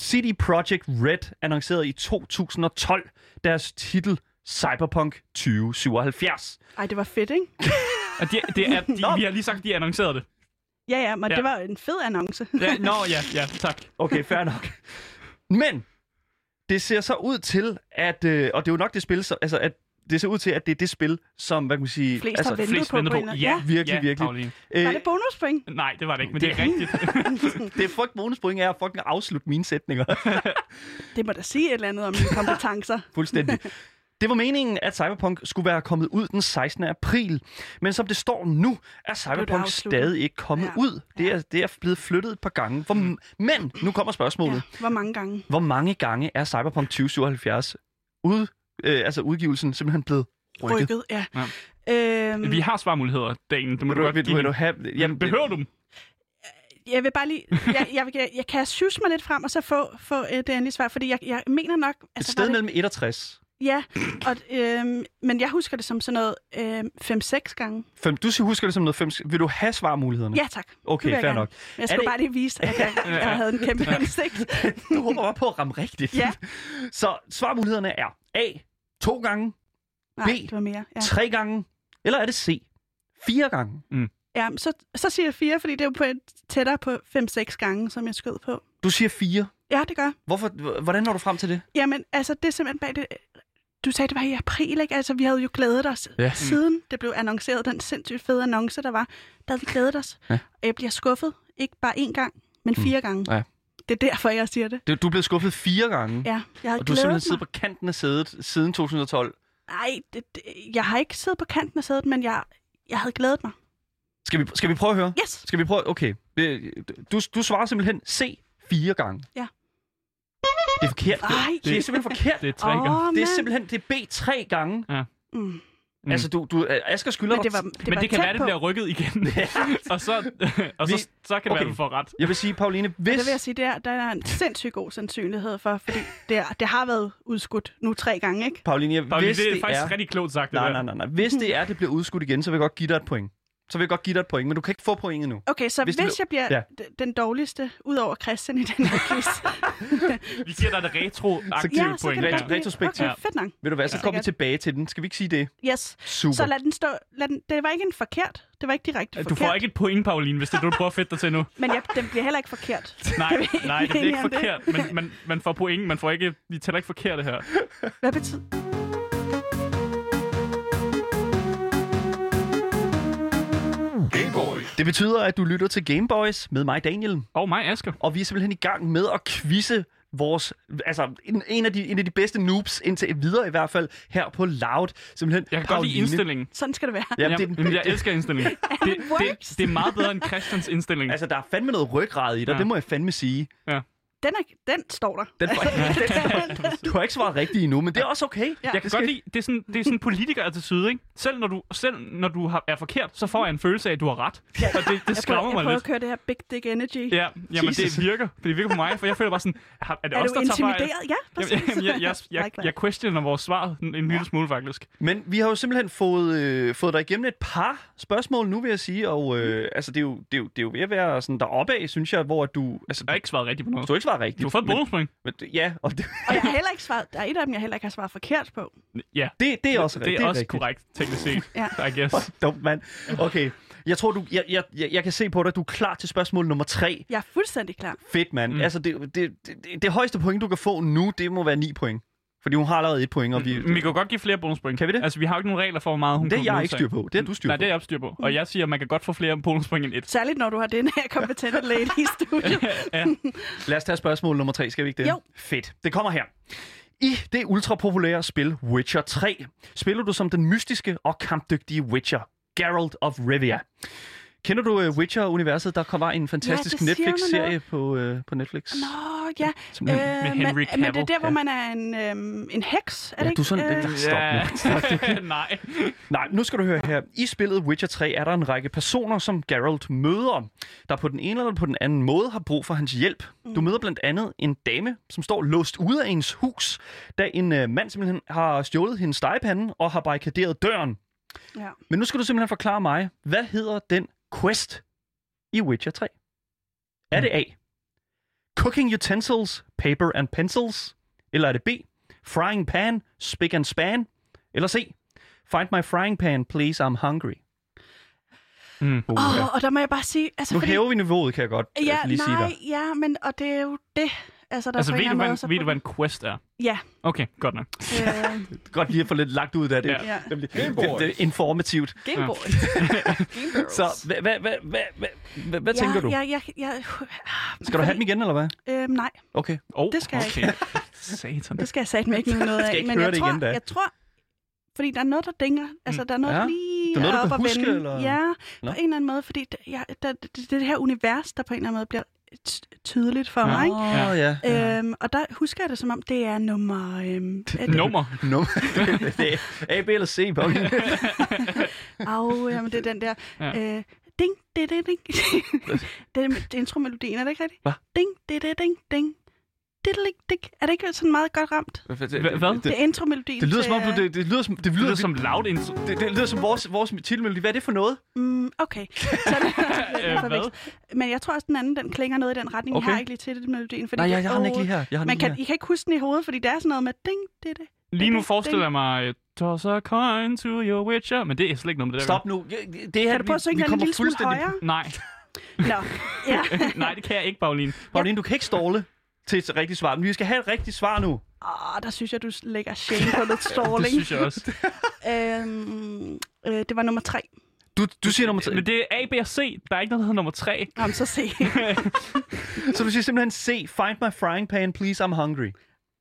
CD Projekt Red annoncerede i 2012 deres titel Cyberpunk 2077.
Ej, det var fedt, ikke?
Og de, det
(laughs)
er, de,
Nå.
vi har lige sagt, at de annoncerede det.
Ja, ja, men
Ja.
ja. det var en fed annonce.
Ja, nå, ja, ja, tak.
Okay, fair
(laughs)
nok. Men det ser så ud til, at, øh, og det er jo nok det spil, så, altså, at det ser ud til, at det er det spil, som, hvad kan man sige...
Flest
altså,
har ventet
Flest
på.
venter
på.
på.
en-
Ja,
Virkelig,
ja,
virkelig.
Karoline.
(laughs) Var
øh,
det
(laughs)
bonuspoint?
Nej, det var det ikke, men det er rigtigt. (laughs)
det er fuck bonuspoint er at fucking afslutte mine sætninger. (laughs)
Det må da sige et eller andet om mine kompetencer.
Fuldstændig. Det var meningen, at Cyberpunk skulle være kommet ud den 16. april, men som det står nu, er Cyberpunk
afsluttet.
stadig ikke kommet
Ja.
ja.
Mm.
ud. Det er, det er blevet flyttet et par gange. Hvor, men nu kommer spørgsmålet.
Ja,
Ja.
hvor mange gange?
Hvor mange gange er Cyberpunk 2077 ud, øh, altså udgivelsen simpelthen blevet rykket?
Rykket, ja.
Ja.
Øhm,
Vi har svarmuligheder, Dagen. Det må
Vil
du,
du,
godt
vil, du,
give.
vil du have,
Jamen, behøver du dem?
jeg vil bare
(laughs)
lige... Jeg, jeg, jeg, jeg kan sysse mig lidt frem og så få, få øh, det endelige svar, fordi jeg, jeg mener nok... altså,
Et sted
var det,
mellem 1 og 60.
Ja, og, øhm, men jeg husker det som sådan noget øhm, 5-6 gange.
Fem, du siger- husker det som noget 5. Vil du have svarmulighederne?
Ja tak. Det
Okay,
vil jeg
fair
gerne.
nok.
Men Jeg skulle
det-
bare lige vise,
(laughs)
at jeg, jeg havde en kæmpe indsigt.
Du håber bare på at ramme rigtigt.
Ja.
(laughs) Så svarmulighederne er A. To gange,
Nej,
B.
det var mere. Ja.
tre gange, eller er det C? Fire gange.
Ja, men så, så siger jeg 4, fordi det er jo på et, tættere på 5-6 gange, som jeg skød på.
Du siger fire.
Ja, det gør.
Hvorfor, hvordan når du frem til det?
Jamen, altså, det er simpelthen bag det... Du sagde, det var i april, ikke? Altså, vi havde jo glædet os.
Ja.
Siden det blev annonceret, den sindssygt fede annonce, der var, der havde vi glædet os.
Ja. Mm.
Og jeg bliver skuffet, ikke bare én gang, men fire gange.
Ja.
Det er derfor, jeg siger det.
Du, du er blevet skuffet fire gange,
Ja, jeg havde
og du har
glædet
simpelthen
mig.
siddet på kanten af sædet siden 2012.
Nej, det, det, jeg har ikke siddet på kanten af sædet, men jeg, jeg havde glædet mig.
Skal vi, skal vi prøve at høre?
Yes!
Skal vi prøve? Okay. Øh, Du, du svarer simpelthen C fire gange.
Ja.
Det er forkert.
Ej, (laughs)
Det er simpelthen forkert.
Det er tre gange.
Åh,
Det er
mand.
simpelthen det er B tre gange.
Mm.
Mm. Altså, du, du, Asger skylder
Men det var,
dig...
det
Men
var
det kan
tæt
være, det
på.
bliver rykket
(laughs)
igen. (laughs) og så, og så,
Vi-
så kan det
okay.
være, du får ret.
Jeg vil sige, Pauline, hvis...
Og der vil jeg sige, der, der er en sindssygt god sandsynlighed for,
(laughs)
fordi det, er, det har været udskudt nu tre gange, ikke?
Pauline, jeg-
Pauli,
hvis
det er faktisk
er...
rigtig klogt sagt, det
Nej,
der.
nej, nej, nej. Hvis det er, det bliver udskudt igen, så vil jeg godt give dig et point. Så vil jeg godt give dig et point, men du kan ikke få pointet nu.
Okay, så
Hvis
hvis,
det
hvis jeg bliver
Ja.
ja. den dårligste, ud over Christian i
(laughs)
den her quiz,
Vi giver dig et retro-aktivt
ja, så
point.
kan det
Retro-
godt blive...
retrospektiv.
Okay, fedt nok.
Ved du hvad, så
Ja.
går vi
Sikkert.
tilbage til den. Skal vi ikke sige det?
Yes.
Super.
Så lad den stå... Lad den, det var ikke en forkert. Det var ikke direkte
Du
forkert.
får ikke et point, Pauline, hvis det er det, du prøver at fedte dig til nu.
Men jeg, den bliver heller ikke
(laughs)
(laughs)
forkert.
Nej,
Kan vi
nej, det
blive
bliver ikke
enige om det?
forkert. Men man, man får point, man får ikke... Vi tæller ikke forkert det her.
Hvad betyder...
Game Boys,
Det betyder, at du lytter til Gameboys med mig, Daniel.
Og mig, Asger.
Og vi er simpelthen i gang med at quizze vores, altså en, en, af de, en af de bedste noobs indtil videre i hvert fald, her på Loud. Simpelthen
Jeg kan godt lide
Pauline.
indstillingen.
Sådan skal det være.
Jamen, det er den
Jamen, jeg elsker indstillingen. Det,
works.
det, det er meget bedre end Christians indstilling.
Altså, der er fandme noget ryggrad i dig, ja.
Ja.
det må jeg fandme sige.
Den, er, den står der.
Den,
(laughs)
du har ikke svaret rigtigt endnu, men det er også okay.
Ja.
Jeg kan
Det skal-
godt lide, det er sådan, det er sådan politiker til syde, ikke? Selv når du, selv når du har, er forkert, så får jeg en følelse af, at du har ret. Og det, det
Jeg prøver,
skræmmer
jeg
mig
prøver at
lidt.
køre det her big dick energy.
Ja, jamen
Jesus.
det virker. Det virker på mig, for jeg føler bare sådan, har- er det
er
os,
du
der tager fejl?
intimideret? Ja, præcis.
Jamen, jamen, jeg, jeg,
(laughs)
jeg,
Like that.
jeg questioner vores svar en, en lille smule, faktisk.
Men vi har jo simpelthen fået, øh, fået dig igennem et par spørgsmål nu, vil jeg sige. Og øh, altså, det, er jo, det, er jo, det er jo ved at være sådan deroppe af, synes jeg, hvor at du... Altså,
Jeg har
du,
ikke svaret rigtigt på noget.
du har ikke svaret rigtigt.
Du har fået et
men,
bonuspoint.
men, Ja, og det, (laughs)
Og jeg har heller ikke svaret, der er et af dem, jeg heller ikke har svaret forkert på.
Ja,
det, det er også
det
rigtigt.
er også
rigtigt.
korrekt, teknisk set,
(laughs) Ja.
I guess.
Fuck, Dumt, mand. Okay, jeg tror, du, jeg, jeg, jeg, jeg kan se på dig, du er klar til spørgsmål nummer tre.
Jeg er fuldstændig klar.
Fedt, mand. Mm. Altså, det, det, det, det, det højeste point, du kan få nu, det må være 9 point. Fordi hun har allerede et point, og vi...
Men vi kan jo godt give flere bonuspoint.
Kan vi det?
Altså, vi har jo ikke nogen regler for, hvor meget hun
Det er
kan
jeg ikke
modtage.
styr på. Det er du styr
Nej,
på.
det er jeg ikke styr på. Og jeg siger, at man kan godt få flere
(laughs)
bonuspoint end et.
Særligt når du har den her
(laughs)
kompetente lady i studiet.
ja.
Lad os tage spørgsmål nummer tre, skal vi ikke det?
Jo.
Fedt. Det kommer her. I det ultrapopulære spil Witcher 3 spiller du som den mystiske og kampdygtige Witcher, Geralt of Rivia. Kender du uh, Witcher-universet? Der var en fantastisk
siger mig
Netflix-serie
noget.
på, uh, på Netflix.
Nå, ja.
Som-
Øh,
med Henry
men, men det er
Cavill,
der, hvor man er en, øhm, en heks, er det
ja,
ikke?
du er sådan...
Øh,
Øh... Stop nu.
Ja. (laughs) Nej.
Nej, nu skal du høre her. I spillet Witcher 3 er der en række personer, som Geralt møder, der på den ene eller på den anden måde har brug for hans hjælp. Du møder blandt andet en dame, som står låst ude af hendes hus, da en øh, mand simpelthen har stjålet hendes stegepande og har barrikaderet døren.
ja.
Men nu skal du simpelthen forklare mig, hvad hedder den quest i Witcher 3? Er det A. Cooking utensils, paper and pencils? Eller er det B. Frying pan, spick and span? Eller C. Find my frying pan, please, I'm hungry.
Mm.
Oh, ja.
Oh, og der må jeg bare sige... Altså,
Nu
fordi,
hæver vi niveauet, kan jeg godt
ja,
altså, lige sige
nej,
dig.
ja, men og det er jo det. Altså, der
Altså,
på en
ved du,
eller anden
hvad,
måde, så-
en- ved du, hvad en quest er?
Ja,
Okay, godt nok.
øh,
(laughs)
Godt lige at få lidt lagt ud af det.
Ja.
ja.
Det, det, det, det er informativt.
Gameboy.
(laughs) Så hvad, hvad, hvad, hvad, hvad, hvad, hvad tænker du?
Ja, ja, ja,
Skal du have dem igen, eller hvad?
Øh, nej,
Okay.
Oh,
Det skal jeg
okay. jeg ikke. (laughs) Satan.
det skal jeg
(laughs)
satme ikke nu noget af.
Skal ikke
men
høre
jeg
det
tror,
igen, da. Mm.
jeg tror, fordi der er noget, der dinger. Altså, der er noget,
Ja.
ja. lige
Der er noget, du
op
kan
at
huske,
vende.
eller?
Ja,
Nå.
Nå. på en eller anden måde, fordi det, ja, der, det, det, det her univers, der på en eller anden måde bliver t- tydeligt for
Ja.
ja. mig. Ikke?
Åh, oh, ja.
Øhm, og der husker jeg det som om, det er nummer... Øhm, er det,
Nummer.
No. det, (laughs) det er A, B eller C, Pauline.
Au, jamen, det er den der...
Ja.
Ja. Øh, ding, det, det, ding. (laughs) det er med- intromelodien, er det ikke rigtigt?
Hva?
Ding, det, det, ding, ding. Diddling, dick. Er det ikke sådan meget godt ramt?
Hva- hvad?
Det,
Det,
er intromelodien
det lyder
til, øh,
som om, du, det, det lyder som, det
Det
lyder,
lyder som loud intro.
det, det lyder som vores, vores titelmelodi. Hvad er det for noget?
Mm,
(laughs)
okay. Så det, (laughs)
Øh,
er
hvad?
det Men jeg tror også, den anden den klinger noget i den retning. Okay.
Okay.
Jeg har ikke lige til det melodien. Fordi
Nej, jeg,
det-
jeg har den ikke
åh,
lige her. Jeg har den
Man
ikke
kan, I kan ikke huske den i hovedet, fordi det er sådan noget med ding, det, det.
Lige nu forestiller jeg mig, øh, toss a coin to your witcher, men det er slet ikke noget med
her.
det,
Stop nu. Jeg- Det her,
Kan du prøve at synge
vi, vi
den en
kommer
lille smule
fuldstændig... (laughs)
højere?
Nej,
Nå, ja.
nej, det kan jeg ikke, Pauline.
Pauline, du kan ikke ståle til et rigtigt svar. Men vi skal have et rigtigt svar nu.
Åh, der synes jeg, du lægger shame på
(laughs)
lidt
Det
stråling.
synes jeg også.
øhm, øh, det var nummer tre.
Du, du siger nummer 3.
Men det er A, B og C. Der er ikke noget, der hedder nummer 3.
Om så se. (laughs)
Så du siger simpelthen C. Find my frying pan, please, I'm hungry.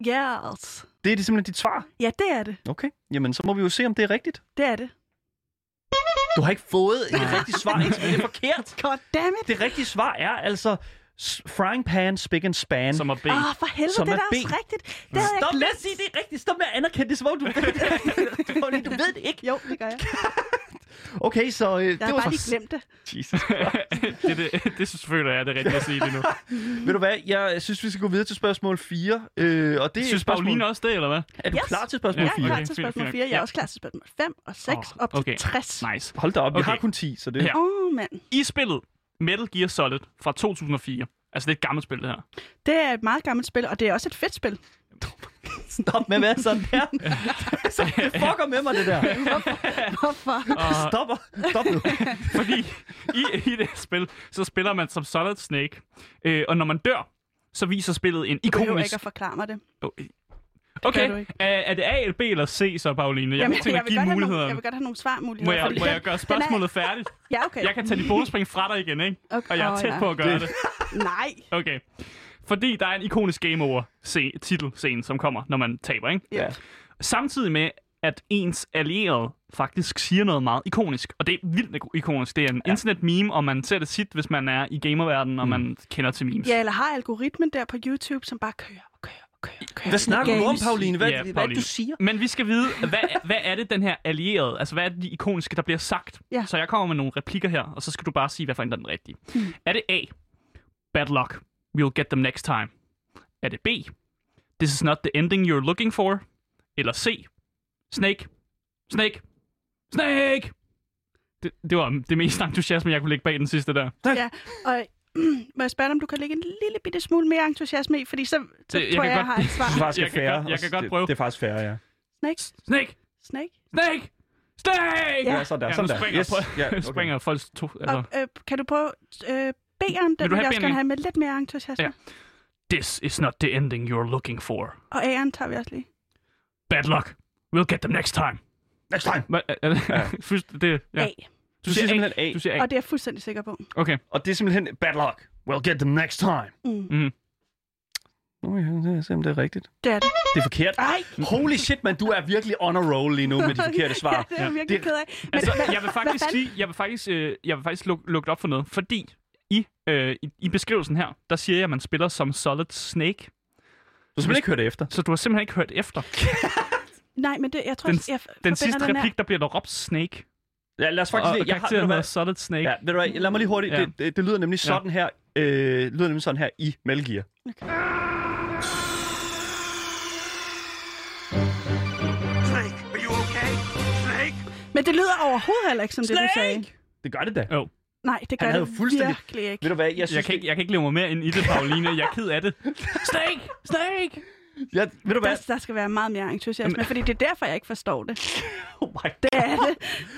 yes.
Det er det simpelthen dit svar.
Ja, det er det.
Okay. Jamen, så må vi jo se, om det er rigtigt.
Det er det.
(laughs) Du har ikke fået et rigtigt svar, indtil videre. det er forkert.
God damn it.
Det rigtige svar er altså S- Frying Pan Spick and Span.
(laughs) som er (laughs) B.
Åh, oh, for helvede,
Som
det
er
er da
B.
også rigtigt. Det havde jeg
Stop med at
glemt.
sige, det er rigtigt. Stop med at anerkende det, som om du ved det. (laughs) Fordi du ved det ikke.
Jo, det gør jeg.
Okay, så øh, det
Jeg har
var
bare
så...
lige glemt det.
Jesus.
det, det, det synes føler jeg er (laughs) det rigtige at sige lige nu.
ved du hvad, jeg synes, vi skal gå videre til spørgsmål 4. Øh, og det er
Synes
spørgsmål...
Pauline også det, eller hvad?
Er du
Yes.
klar til spørgsmål
Jeg
Ja,
4?
er klar
Okay,
til
fint,
spørgsmål
fint.
4. Jeg er
Ja.
også klar til spørgsmål 5 og 6
Åh,
op til
okay.
60.
Nice.
Hold da op, okay. jeg
Okay.
har kun 10, så det...
Ja.
Ja.
Åh, oh, mand.
I spillet Metal Gear Solid fra 2004. Altså, det er et gammelt spil, det her.
Det er et meget gammelt spil, og det er også et fedt spil.
Stop med at være sådan der.
(laughs)
så det fucker med mig, det der.
Altså, Hvorfor?
Og
Stop, stop nu.
(laughs) fordi i, i det her spil, så spiller man som Solid Snake. Øh, og når man dør, så viser spillet en
Du behøver ikke
ikonisk...
at forklare mig det.
Okay,
du
er,
ikke.
er det A eller B eller C så, Pauline? Jeg
Jamen,
tænker
jeg,
at
vil
give
godt have nogle, jeg
muligheder.
vil godt have nogle svarmuligheder.
Må jeg,
fordi
må
den-
jeg gøre
(laughs) den er-
spørgsmålet færdigt?
Ja, okay.
Jeg kan tage dit bonuspoint fra dig igen, ikke?
Okay.
Og jeg er
Åh,
tæt
ja.
på at gøre det.
Nej.
Okay. Fordi der er en ikonisk Game Over se- titelscene, som kommer, når man taber, ikke?
Ja.
Samtidig med, at ens allierede faktisk siger noget meget ikonisk. Og det er vildt ik- ikonisk. Det er en ja. Mm. internet-meme, og man ser det sit, hvis man er i gamerverdenen, og man kender til memes.
Ja, eller har algoritmen der på YouTube, som bare kører og kører og kører og kører.
Hvad snakker du om,
Games.
Pauline? Hvad,
Ja,
ja, hvad er det,
Pauline.
du siger?
Men vi skal vide, hvad, hvad er det, den her allierede, altså hvad er det, de ikoniske, der bliver sagt?
Ja.
Så jeg kommer med nogle replikker her, og så skal du bare sige, hvad for en der er den rigtige. Hmm. Er det A? Bad luck. We'll get them next time. Er det B? This is not the ending you're looking for. Eller C? Snake. Snake. Snake! Det, det var det mest entusiasme, jeg kunne lægge bag den sidste der.
Ja, og (clears throat) må jeg spørge dig, om du kan lægge en lille bitte smule mere entusiasme i, fordi så, så
Det- jeg
tror
kan
jeg, jeg
godt-
har et svar.
Det er faktisk
Jeg kan
fair.
godt- jeg kan
og
godt
det-
prøve.
Det er faktisk fair, ja.
Snake?
Snake!
Snake?
Snake! Snake!
Ja.
Ja, sådan der.
Ja, (laughs) nu
sådan der.
springer, yes.
Ja, okay.
springer folk to...
Og,
Altså.
øh, kan du prøve øh, B'eren?
Vil
Den
du
vil
have
jeg også
B'eren
gerne
i?
have med lidt mere entusiasme.
Ja. This is not the ending you're looking for.
Og A'eren tager vi også lige.
Bad luck. We'll get them next time.
Next time.
Hva- er- er det- (laughs) Først- det,
Ja.
ja.
A.
Du siger simpelthen A.
Du siger
Og
A.
det er jeg fuldstændig sikker på.
Okay.
Og det er simpelthen bad luck. We'll get them next time.
Mm.
Mm.
Nå ja, det er simpelthen det er rigtigt.
Det er det.
Det er forkert.
Ej! (laughs)
Holy shit, man, du er virkelig on a roll lige nu med de forkerte svar.
ja, det er jeg virkelig
Det-
ked af. Men,
Altså,
men,
jeg vil faktisk
fanden?
sige, jeg vil faktisk, øh, jeg vil faktisk luk, lukke op for noget, fordi i, øh, i, i beskrivelsen her, der siger jeg, at man spiller som Solid Snake,
Du har simpelthen ikke hørt det efter.
så du har simpelthen ikke hørt efter.
Nej, men det, jeg tror,
Den-
jeg
Den
forbinder
sidste
den her-
replik, der bliver der råbt Snake,
Ja, lad os
og,
faktisk
og
lige... Jeg har, ved
karakteren
du
hedder
hvad,
Solid Snake.
ja, ved du hvad, lad mig lige hurtigt.
Ja.
Det, det, det lyder nemlig
Ja.
sådan her. Øh, lyder nemlig sådan her i Metal Gear.
Okay.
Snake, are you okay? Snake?
Men det lyder overhovedet heller ikke som det, du sagde.
Det gør det da.
Jo.
Nej, det gør
Han havde
det
fuldstændig-
virkelig ikke.
Ved du hvad, jeg synes...
Jeg kan, ikke, jeg kan ikke leve mig mere ind i det, Pauline. Jeg er ked af
(laughs)
det. Snake! Snake!
det- jeg, ved du hvad?
Der, der skal være meget mere entusiasme, fordi det er derfor, jeg ikke forstår det.
Oh my
Det er det.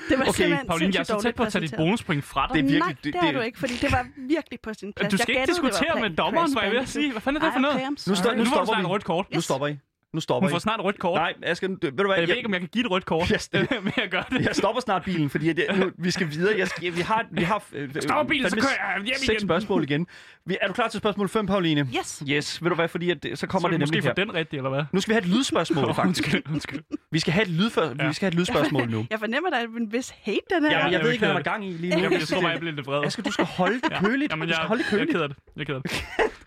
Det var
Okay,
simpelthen
Pauline, jeg er
sindssygt
så tæt
dårligt
på at tage dit
præsenteret.
bonuspoint fra dig.
Det er virkelig-
Nej, det,
det-
det er
det-
du ikke, fordi det var virkelig på sin plads.
Du skal ikke
Jeg gættede, det var
diskutere med
Black
dommeren,
Crash
var jeg ved at
Bandicoot.
sige. Hvad fanden er det for
Ej,
noget?
okay, I'm
Nu, står,
sorry.
nu,
Nu får du
stopper
snart
vi.
et rødt kort.
Nu stopper I. Nu stopper
Hun får
I.
snart et rødt kort.
Nej, Asger, nu- ved du hvad?
Jeg ved ikke, om jeg kan give et rødt kort
Jeg stiller-
øh, med at gøre det.
jeg stopper snart bilen, fordi det, nu, vi skal videre. Jeg skal, vi har, vi har øh,
Stopper bilen, så
fandme
kører jeg hjem
seks
igen.
spørgsmål igen. Vi, er du klar til spørgsmål 5, Pauline?
Yes.
Yes, ved du hvad, fordi at, det- så kommer
Så
det
det måske
nemlig her.
få den rigtig, eller hvad?
Nu skal vi have et lydspørgsmål,
Åh,
faktisk.
Undskyld, undskyld.
Vi skal have et, lydfør-
Ja.
vi skal have et lydspørgsmål nu.
Jeg fornemmer, der er en vis hate, den her.
Ja,
jeg
men jeg ved
er
ikke, hvad der
ked
er
af
gang i lige nu.
Jamen, jeg tror bare, jeg bliver lidt vred.
Asger, du skal holde det køligt.
Jamen,
du
jeg,
skal holde det
jeg er
køligt.
ked af det. Jeg er ked af det.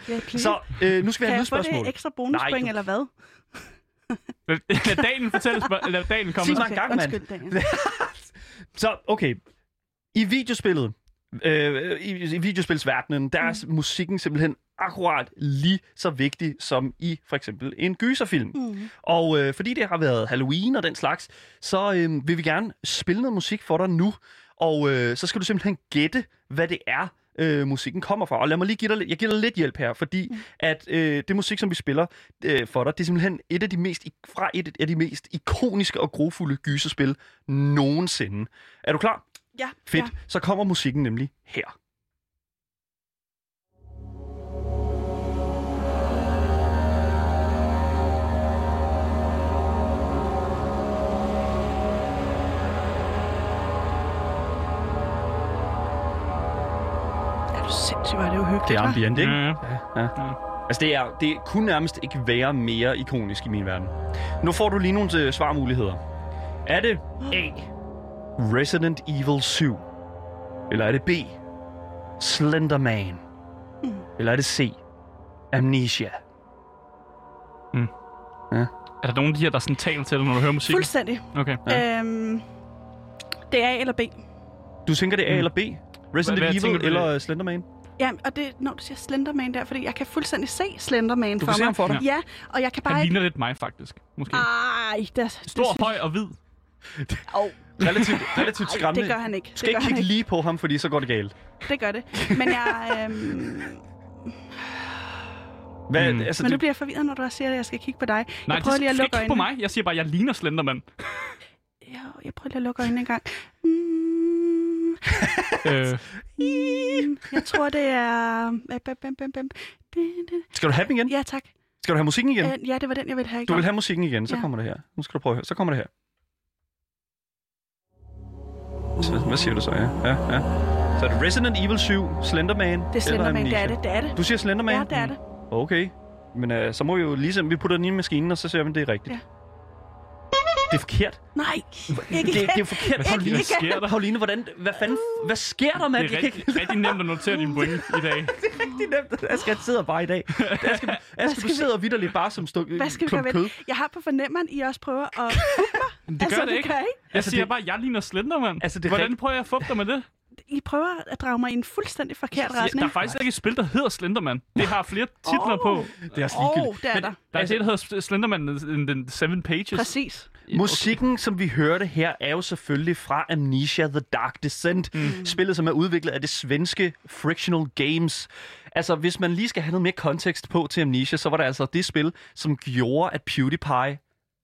Ja, please.
Så øh, nu skal vi
kan
have et
jeg få
lydspørgsmål.
det ekstra bonuspoint,
Nej, du-
eller hvad?
(laughs) Lad- Lad Dalen fortælle spørg... Lad Dalen komme.
Sig mig en gang, mand.
undskyld, Daniel.
Så, okay. I videospillet, øh, i, i videospilsverdenen, der er mm. musikken simpelthen akkurat lige så vigtig som i for eksempel en gyserfilm.
Mm.
Og øh, fordi det har været Halloween og den slags, så øh, vil vi gerne spille noget musik for dig nu. Og øh, så skal du simpelthen gætte, hvad det er, øh, musikken kommer fra. Og lad mig lige give dig, lidt- jeg giver dig lidt hjælp her, fordi mm. at øh, det musik, som vi spiller øh, for dig, det er simpelthen et af de mest, i- fra et af de mest ikoniske og grofulde gyserspil nogensinde. Er du klar?
Ja,
Fedt.
ja.
Ja. Så kommer musikken nemlig her.
Er du sindssygt, var det uhyggeligt, hva'?
ambient,
Ja,
Altså, det, er, det kunne nærmest ikke være mere ikonisk i min verden. Nu får du lige nogle øh, svarmuligheder. Er det A. Resident
Mm.
Evil 7? Eller er det B. Slenderman? Eller er det C? Amnesia.
Er der nogen af de her, der sådan taler til dig, når du hører musik?
Fuldstændig.
Okay.
Ja. Øhm, det er A eller B.
Du tænker, det er A
Mm.
eller B? Resident
hvad tænker
Evil
du,
eller
det
øh, Slenderman?
Ja, og det, når du siger Slenderman der, fordi jeg kan fuldstændig se Slenderman
Du
for
kan se
mig.
ham for dig.
Ja, og jeg kan bare
Han
ikke...
ligner lidt mig, faktisk. Måske.
Ej, det er... Ah, det
Stor,
synes-
høj og hvid.
Åh, (laughs)
Relativt, relativt
Ej,
skræmmende.
det gør han ikke.
Du skal
det gør
ikke
han
kigge lige på ham, fordi så går det galt.
Det gør det. Men
(laughs)
jeg... Øhm,
Hvad,
Mm.
altså,
men nu
det,
bliver jeg forvirret, når du siger, at jeg skal kigge på dig.
Nej,
jeg prøver
det
lige at
skal
lukke
ikke
øjnene.
på mig. Jeg siger bare, at jeg ligner Slenderman. Øh,
Jeg, jeg prøver lige at lukke øjnene en gang. Mm,
øh,
mm, jeg tror, det er... øh, bam, bam, bam, bam. Det- det-
skal du have den igen?
Ja, tak.
Skal du have musikken igen?
Øh, Ja, det var den, jeg ville have.
Du vil
have...
have musikken igen, så
Ja.
kommer det her. Nu skal du prøve at høre. Så kommer det her. Så, hvad siger du så? Ja, ja, ja. Så er det Resident Evil 7, Slenderman
Det er Slenderman, det er
Amnesia?
det, det er det.
Du siger Slenderman? Mm,
Ja, det er det.
Okay. Men øh, så må vi jo ligesom, vi putter den i maskinen, og så ser vi, om det er rigtigt.
Ja.
Det er forkert.
Nej, ikke
Det, det
igen.
er jo forkert.
hvad
Pauline,
fanden
ikke-
sker der?
Pauline, hvordan, hvad fanden, hvad sker der,
Det
mand? Jeg
er
kan
rigtig,
ikke-
rigtig nemt at notere dine point i dag.
rigtig nemt. Asger, han sidder bare i dag. Asger, Asger
skal
du
vi-
sidder vidderligt bare som stuk,
Hvad skal vi gøre
klump
ved
kød.
det? Jeg har på fornemmeren, I også prøver
(laughs)
at...
Men Det gør
altså,
det ikke.
Gør I?
Jeg
Altså,
siger
det-
bare, at jeg ligner Slenderman.
Altså, det er
Hvordan
rigtig-
prøver jeg at fuppe dig med det?
I prøver at drage mig i en fuldstændig forkert retning.
Der er faktisk ikke et spil, der hedder Slenderman. Det har flere titler på.
Det er også
Åh,
ligegyldigt.
oh, det er der.
Der er et, der hedder Slenderman in the Seven Pages.
Præcis.
Musikken, som vi hørte her, er jo selvfølgelig fra Amnesia The Dark Descent. Mm. Spillet, som er udviklet af det svenske Frictional Games. Altså, hvis man lige skal have noget mere kontekst på til Amnesia, så var det altså det spil, som gjorde, at PewDiePie,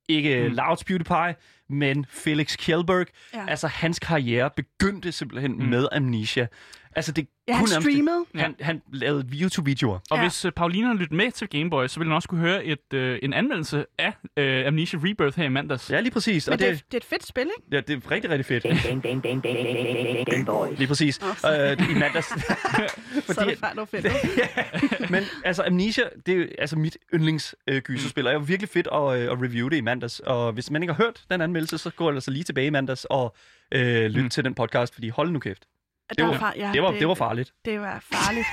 ikke mm. Louds PewDiePie, men Felix Kjellberg, ja.
Ja.
altså hans karriere begyndte simpelthen mm. med Amnesia. Altså, det
Ja, han
kunne nærmest-
streamede.
Han, han lavede YouTube-videoer.
Og
Ja.
hvis uh, Pauline har lyttet med til Gameboy, så vil hun også kunne høre et, øh, en anmeldelse af øh, Amnesia Rebirth her i mandags.
Ja, lige præcis.
Men
Og
det, er,
det,
det er et fedt spil,
(laughs)
ikke?
ja, det er rigtig, rigtig fedt.
Game, game, game, game, game, game, boys.
Lige præcis. Øh, I mandags.
Så er det fejl og
(laughs)
fedt.
Men altså, Amnesia, det er jo, altså mit yndlings øh, gyserspil, og jeg var virkelig fedt at, øh, at review det i mandags. Og hvis man ikke har hørt den anmeldelse, så går jeg altså lige tilbage i mandags og øh, lyt
Mm.
til den podcast, fordi hold nu kæft.
Det var,
var-
far, ja,
Det var, det var farligt.
Det var
(laughs)
farligt.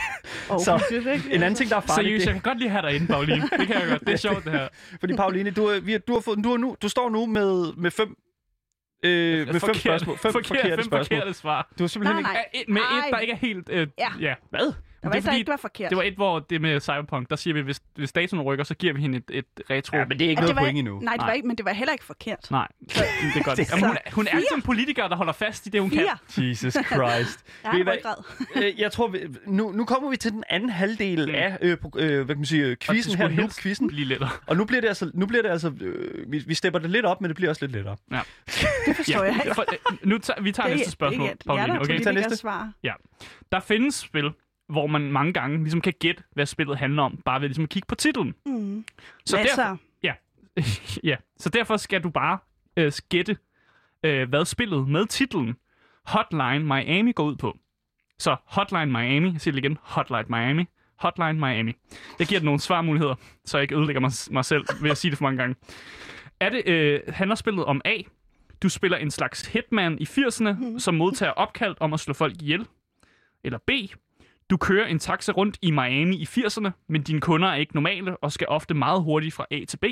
Og
Så,
hyggeligt, ikke? Altså,
En anden ting, der er farligt,
Seriøst, jeg
det,
kan godt lige have dig inde, Pauline. Det kan jeg godt. Det er
(laughs)
sjovt, det her.
fordi Pauline, du, er- vi, har- du, har fået, du, har nu, du står nu med, med fem, øh, med fem
Forkerte-
spørgsmål. Fem
forkerte-
forkerte,
fem
spørgsmål.
forkerte svar.
Du har simpelthen
Nej, nej.
Ja, et, med et,
Ej.
der ikke er helt... Øh,
Ja.
ja.
Hvad?
Der var
Det er
et, der
fordi-
ikke var forkert.
Det var et, hvor det med Cyberpunk, der siger vi, hvis, hvis datoen rykker, så giver vi hende et, et retro.
Ja, men det er ikke
Og
noget
var,
point endnu.
Nej, det var
Nej.
ikke, men det var heller ikke forkert.
Nej, det er godt. Jamen, hun, hun er sådan en politiker, der holder fast i det, hun
Fire. (laughs)
Jesus Christ.
Jeg
Ved I
har
hvad?
ryggrad.
Øh, jeg tror, vi, nu, nu kommer vi til den anden halvdel
Mm.
mm. af øh, pro- øh, hvad kan man sige, øh,
kan. Og det
quizzen her.
skulle
Nu,
helst
quizzen.
Blive
(laughs)
lettere.
Og nu bliver det altså, nu bliver det altså øh, vi, vi stepper det lidt op, men det bliver også lidt lettere.
Det forstår jeg
(laughs)
ikke.
For, øh, nu tager, vi tager
Det er-
næste spørgsmål,
det er- Jeg
Pauline.
er der
Okay?
Vi tager
politikers
næste.
svar.
Der findes spil, hvor man mange gange ligesom kan gætte, hvad spillet handler om, bare ved ligesom at kigge på titlen.
Mm.
Så
Masser.
derfor, (laughs) ja, så derfor skal du bare øh, gætte, øh, hvad spillet med titlen Hotline Miami går ud på. Så Hotline Miami, jeg siger det igen, Hotline Miami, Hotline Miami. Jeg giver dig nogle svarmuligheder, så jeg ikke ødelægger mig, mig selv ved at sige det for mange gange. Er det, øh, handler spillet om A, du spiller en slags hitman i 80'erne, som modtager opkald om at slå folk ihjel. Eller B, du kører en taxa rundt i Miami i 80'erne, men dine kunder er ikke normale og skal ofte meget hurtigt fra A til B.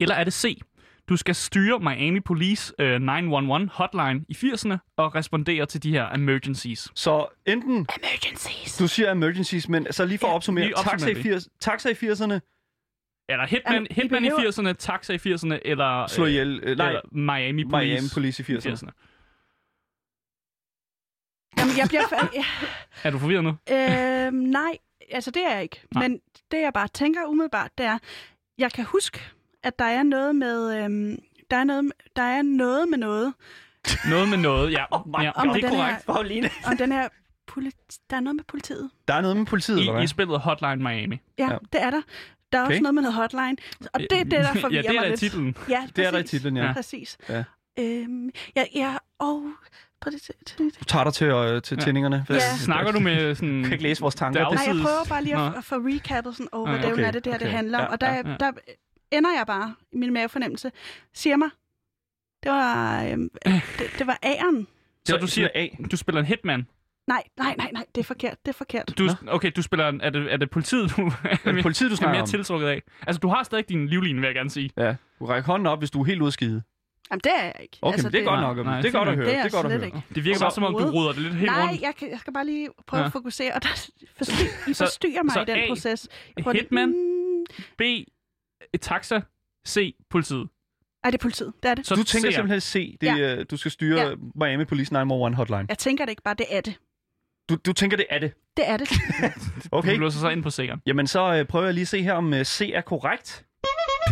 Eller er det C? Du skal styre Miami Police øh, 911 hotline i 80'erne og respondere til de her emergencies.
Så enten,
Emergencies.
du siger emergencies, men så lige for at opsummere,
lige
taxa, i
opsummerer
80, taxa i 80'erne,
Eller Hitman,
Jamen, I
hitman i
behøver-
80'erne, Taxa i 80'erne, eller,
slå ihjel, øh, nej,
eller Miami Police,
Miami Police i
i
80'erne.
80'erne.
Jamen, jeg bliver... fa- Ja,
Er du forvirret nu?
øhm, nej, altså det er jeg ikke.
Nej.
Men det, jeg bare tænker umiddelbart, det er, jeg kan huske, at der er noget med... Øhm, der er noget, med- der er noget med noget.
Noget med noget, ja.
(laughs) Oh my
ja
God.
det er
Den her-
korrekt.
Pauline.
Om den her... Politi- der er noget med politiet.
Der er noget med politiet, eller
I, I
hvad?
spillet Hotline Miami.
Ja,
Ja.
ja. det er der. Der er okay.
Okay.
også noget med noget hotline. Og det er det, der forvirrer
(laughs) Ja, det
mig
er
lidt.
titlen.
Ja, præcis.
Det er der i titlen, ja.
Ja. Præcis.
Ja.
Ja. Øhm, ja, ja, og... Prøv lige at-
Du tager dig til, øh, til
Ja.
tændingerne.
Ja.
Snakker du med sådan...
Jeg kan ikke læse vores tanker.
Der er
Det-
Nej, jeg
Afsides.
prøver bare lige at,
Nå.
at få recappet sådan, over,
Ja,
hvad okay,
Ah, okay,
er det der, okay. det
okay.
handler
Ja,
om. Og der,
ja,
ja.
der ender jeg bare, min mavefornemmelse, siger mig, det var, øhm, det, det var æren.
Så
det-
du siger,
det er A.
du spiller en hitman
Nej, nej, nej, nej, det er forkert, det er forkert.
Du, okay, du spiller... Er det, er det politiet, du
Er det politiet, du
(laughs) er
snakker
mere
om?
tiltrukket af? Altså, du har stadig din livline, vil jeg gerne sige.
Ja. Du rækker hånden op, hvis du er helt udskidt.
Jamen, det er jeg ikke.
Okay, altså, det er godt
nej,
nok.
nej,
Nej, det er godt at
fint
høre.
Det er
Det
jeg
er godt at
slet
høre.
ikke.
Det virker
Så
bare, som om du
overhovedet-
ruder det lidt helt
Nej,
rundt.
jeg, kan, jeg skal bare lige prøve
Ja.
at fokusere, og (laughs) der forstyr, I
Så-
forstyrrer mig
så
i den
A,
proces. Jeg prøver
Hitman,
Lige, mm,
B, et taxa, C, politiet.
ej, det er politiet, det er det.
Så
Du tænker
C'er.
simpelthen se, det, ja. du skal styre
Ja.
Miami Police 911 hotline.
Jeg tænker det ikke bare, det er det.
Du, du tænker, det er det.
Det er det.
Okay.
Du låser så ind på C'eren.
Jamen, så øh, prøver jeg lige at se her, om øh, C er korrekt.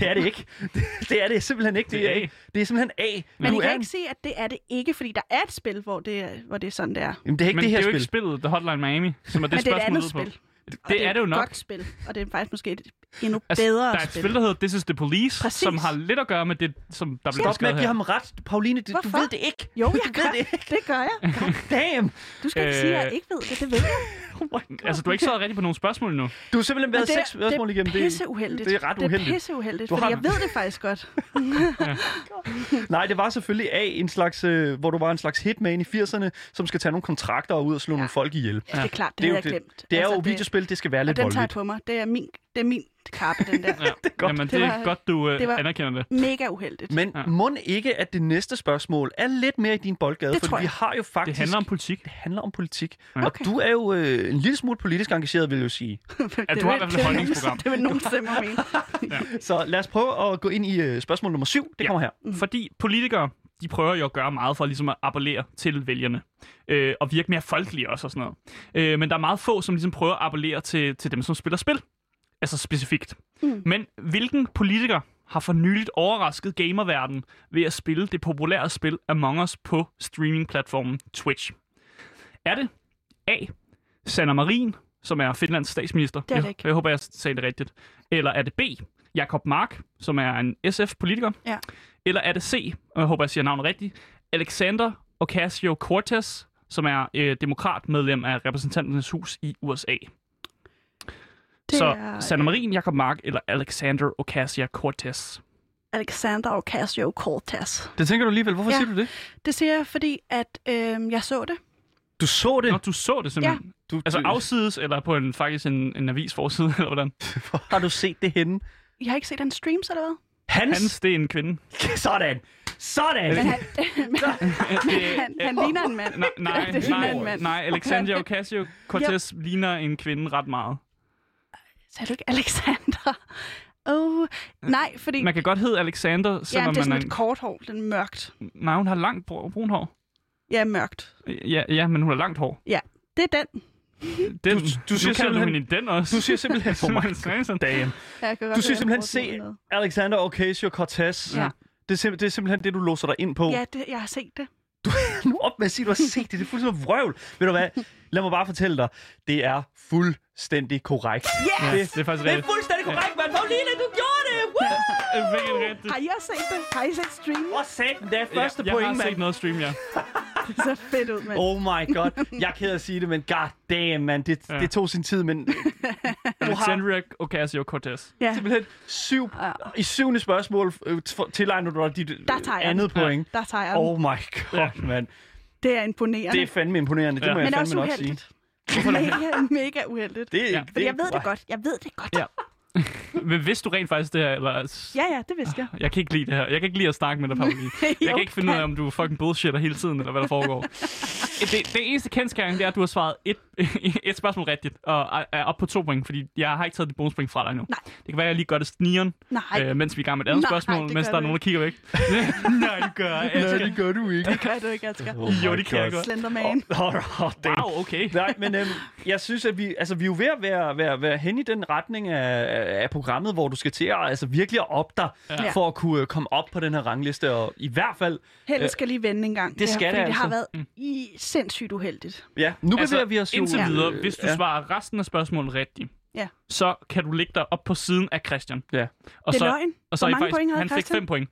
Det er det ikke. (laughs) Det, det er det simpelthen ikke.
Det er A.
Det er simpelthen A.
Men
du
I
er
kan
en-
ikke se, at det er det ikke, fordi der er et spil, hvor det er, hvor det er sådan, det er.
Jamen, det er ikke
Men
det her
det er jo
spil.
ikke spillet The Hotline Miami, som er det,
Men det er et
spørgsmålet
andet
lyder på.
spil. Og
Det er det jo
et
nok.
godt spil, og det er faktisk måske et endnu
Altså,
bedre
der er et
spil.
spil, der hedder This is the Police,
Præcis.
som har lidt at gøre med det, som der blev
Stop med at
beskrevet
give
her.
ham ret. Pauline, du, du
Hvorfor?
ved det ikke.
Jo,
Du
jeg
ved
gør
det
det. Det gør jeg.
Damn.
Du skal ikke sige, at jeg
Øh.
ikke ved det. Det ved jeg.
Altså, du har
(laughs)
ikke svaret rigtigt på nogle
(laughs)
spørgsmål endnu.
Du har simpelthen
Men
været
det,
seks
er-
spørgsmål
det er
igennem.
pisseuheldigt.
Det er ret
Det er
uheldigt.
pisseuheldigt,
Du har
fordi jeg
den.
ved det faktisk godt.
Nej, det var selvfølgelig A, en slags, øh, hvor du var en slags hitman i 80'erne, som skal tage nogle kontrakter og ud og slå ja. nogle folk ihjel.
Ja, det er klart, det,
Det er
det
jo
havde jeg
det-
glemt. Altså,
Det er jo videospil, det skal være
Og
lidt
den tager jeg
voldeligt.
på mig. Det er min, det er min kappe, den der.
(laughs) Ja, det er
godt.
Jamen, det,
Det
er
var-
godt, du øh,
det var-
anerkender det.
Mega uheldigt.
Men
Ja.
ja. må ikke, at det næste spørgsmål er lidt mere i din boldgade,
Det tror
for vi
jeg.
har jo
Det
faktisk...
handler om politik.
det handler om politik.
Ja.
Ja. Og du er jo øh, en lille smule politisk engageret, vil jeg jo sige.
(laughs) det
Ja, du
vil-
har i hvert fald et
det vil nogen-
holdningsprogram.
(laughs) Det vil nogen stemme om
(laughs)
en.
Så lad os prøve at gå ind i øh, spørgsmål nummer syv. Det
Ja.
ja. kommer her.
Mm.
Fordi politikere, de prøver jo at gøre meget for ligesom at appellere til vælgerne. Øh, og virke mere folkelige også og sådan noget. Øh, men der er meget få, som ligesom prøver at appellere til, til dem, som spiller spil. Altså specifikt. Mm. Men hvilken politiker har for nyligt overrasket gamerverdenen ved at spille det populære spil Among Us på streamingplatformen Twitch? Er det A. Sanna Marin, som er Finlands statsminister?
Det er det
jeg,
ikke.
jeg håber, jeg sagde det rigtigt. Eller er det B. Jakob Mark, som er en SF-politiker?
Ja.
Eller er det C, og jeg håber, jeg siger navnet rigtigt, Alexander Ocasio-Cortez, som er øh, demokratmedlem af repræsentanternes hus i USA.
Det
så
er øh,
Sanna Marin, Jakob Mark eller Alexander Ocasio-Cortez.
Alexander Ocasio-Cortez.
Det tænker du alligevel. Hvorfor
Ja.
siger du det?
Det siger jeg, fordi at, øh, jeg så det.
Du så det.
Nå, du så det simpelthen. Ja.
Du,
Altså
du,
afsides, eller på en, faktisk en, en avisforside, (laughs) eller hvordan?
Hvor har du set det henne?
Jeg har ikke set hans streams, eller hvad?
Hans?
Hans, det er en
(laughs)
kvinde.
Sådan. Sådan.
(laughs)
Men han, men
Det-
(laughs) han, han ligner en mand.
Nej, nej,
(laughs) det ligner en
nej,
mand.
nej, Alexander Ocasio-Cortez ligner en kvinde ret meget.
Sagde du ikke (laughs) Alexander? Oh, nej, fordi...
Man kan godt hedde Alexander,
ja,
selvom
det er
man
sådan
er...
et kort hår. Den er mørkt.
Nej, hun har langt br- brun hår.
Ja, mørkt.
Ja, ja, men hun har langt hår.
Ja, det er den.
Den,
Du- du
nu
siger
kalder
simpelthen-
hende den også.
Du siger
(laughs)
simpelthen
Oh
for mig.
Dagen.
Jeg kan godt
Du
høre,
siger
han
simpelthen
bruger den
se
eller noget.
Alexander Ocasio-Cortez.
Ja.
Det er, sim- det er simpelthen det, du låser dig ind på.
Ja, det, jeg har set det.
nu op med at sige, du har set det. Det er fuldstændig vrøvl. Ved du hvad? Lad mig bare fortælle dig. Det er fuldstændig korrekt.
Ja, det er faktisk
Det er
rigtigt.
fuldstændig korrekt, mand. Pauline, du gjorde det! Woo!
Det er virkelig rigtigt.
Har I også set det? Har I set streamen?
Hvor satan, det er første
jeg, jeg
point,
har set
mand.
noget stream, ja.
Det ser fedt ud, mand.
Oh my god. Jeg er ked af at sige det, men god damn, mand. Det,
Ja.
det tog sin tid,
(laughs)
men
Alexandria Ocasio-Cortez.
Ja,
simpelthen syv, i syvende spørgsmål øh, t- tilegner du dig dit øh,
Der tager jeg
andet
den.
point.
der tager jeg
Oh
den.
my god, mand.
Det er imponerende.
Det er fandme imponerende. Det
Ja.
må jeg
Men også
fandme nok sige.
uheldigt. Mega, mega uheldigt.
Det,
Ja.
det,
Fordi jeg ved det godt. Jeg ved det godt.
Ja. Men vidste du rent faktisk det her, eller... s-
Ja, ja, det vidste jeg.
Jeg kan ikke lide det her. Jeg kan ikke lide at snakke med dig,
(laughs)
Pauline. Jeg kan ikke finde ud af, om du er fucking bullshitter hele tiden, eller hvad der
(laughs)
foregår. Det, det eneste kendskæring, det er, at du har svaret et, (laughs) et spørgsmål rigtigt, og er- er op på to point, fordi jeg har ikke taget dit bonuspoint fra dig nu.
Nej.
Det kan være, at jeg lige gør det snigeren,
Nej.
øh, mens vi er i gang med et andet
Nej,
spørgsmål,
det
mens
gør
der er
du
nogen, der kigger væk. Nej, du gør.
Nej,
Jeg
det gør du ikke.
Det gør du ikke, Asger.
Jo, det kan jeg godt.
Slenderman.
Oh, wow.
Wow, okay.
Nej, men øhm, jeg synes, at vi, altså, vi er jo ved at være, være, være hen i den retning af, af programmet, hvor du skal til at altså, virkelig at op dig,
Ja.
ja. for at kunne øh, komme op på den her rangliste. Og i hvert fald,
Helen skal lige vende en gang.
det skal
her, fordi
det
det har
altså.
været i sindssygt uheldigt.
ja, nu altså, bevæger
Altså,
vi os jo...
indtil videre,
øh,
hvis du
ja.
svarer resten af spørgsmålet rigtigt,
Ja.
så kan du ligge dig op på siden af Christian.
Ja.
Og
Det er
så,
løgn.
Og så
Hvor
er I
mange
faktisk,
point havde
han fik
Christian?
5 point.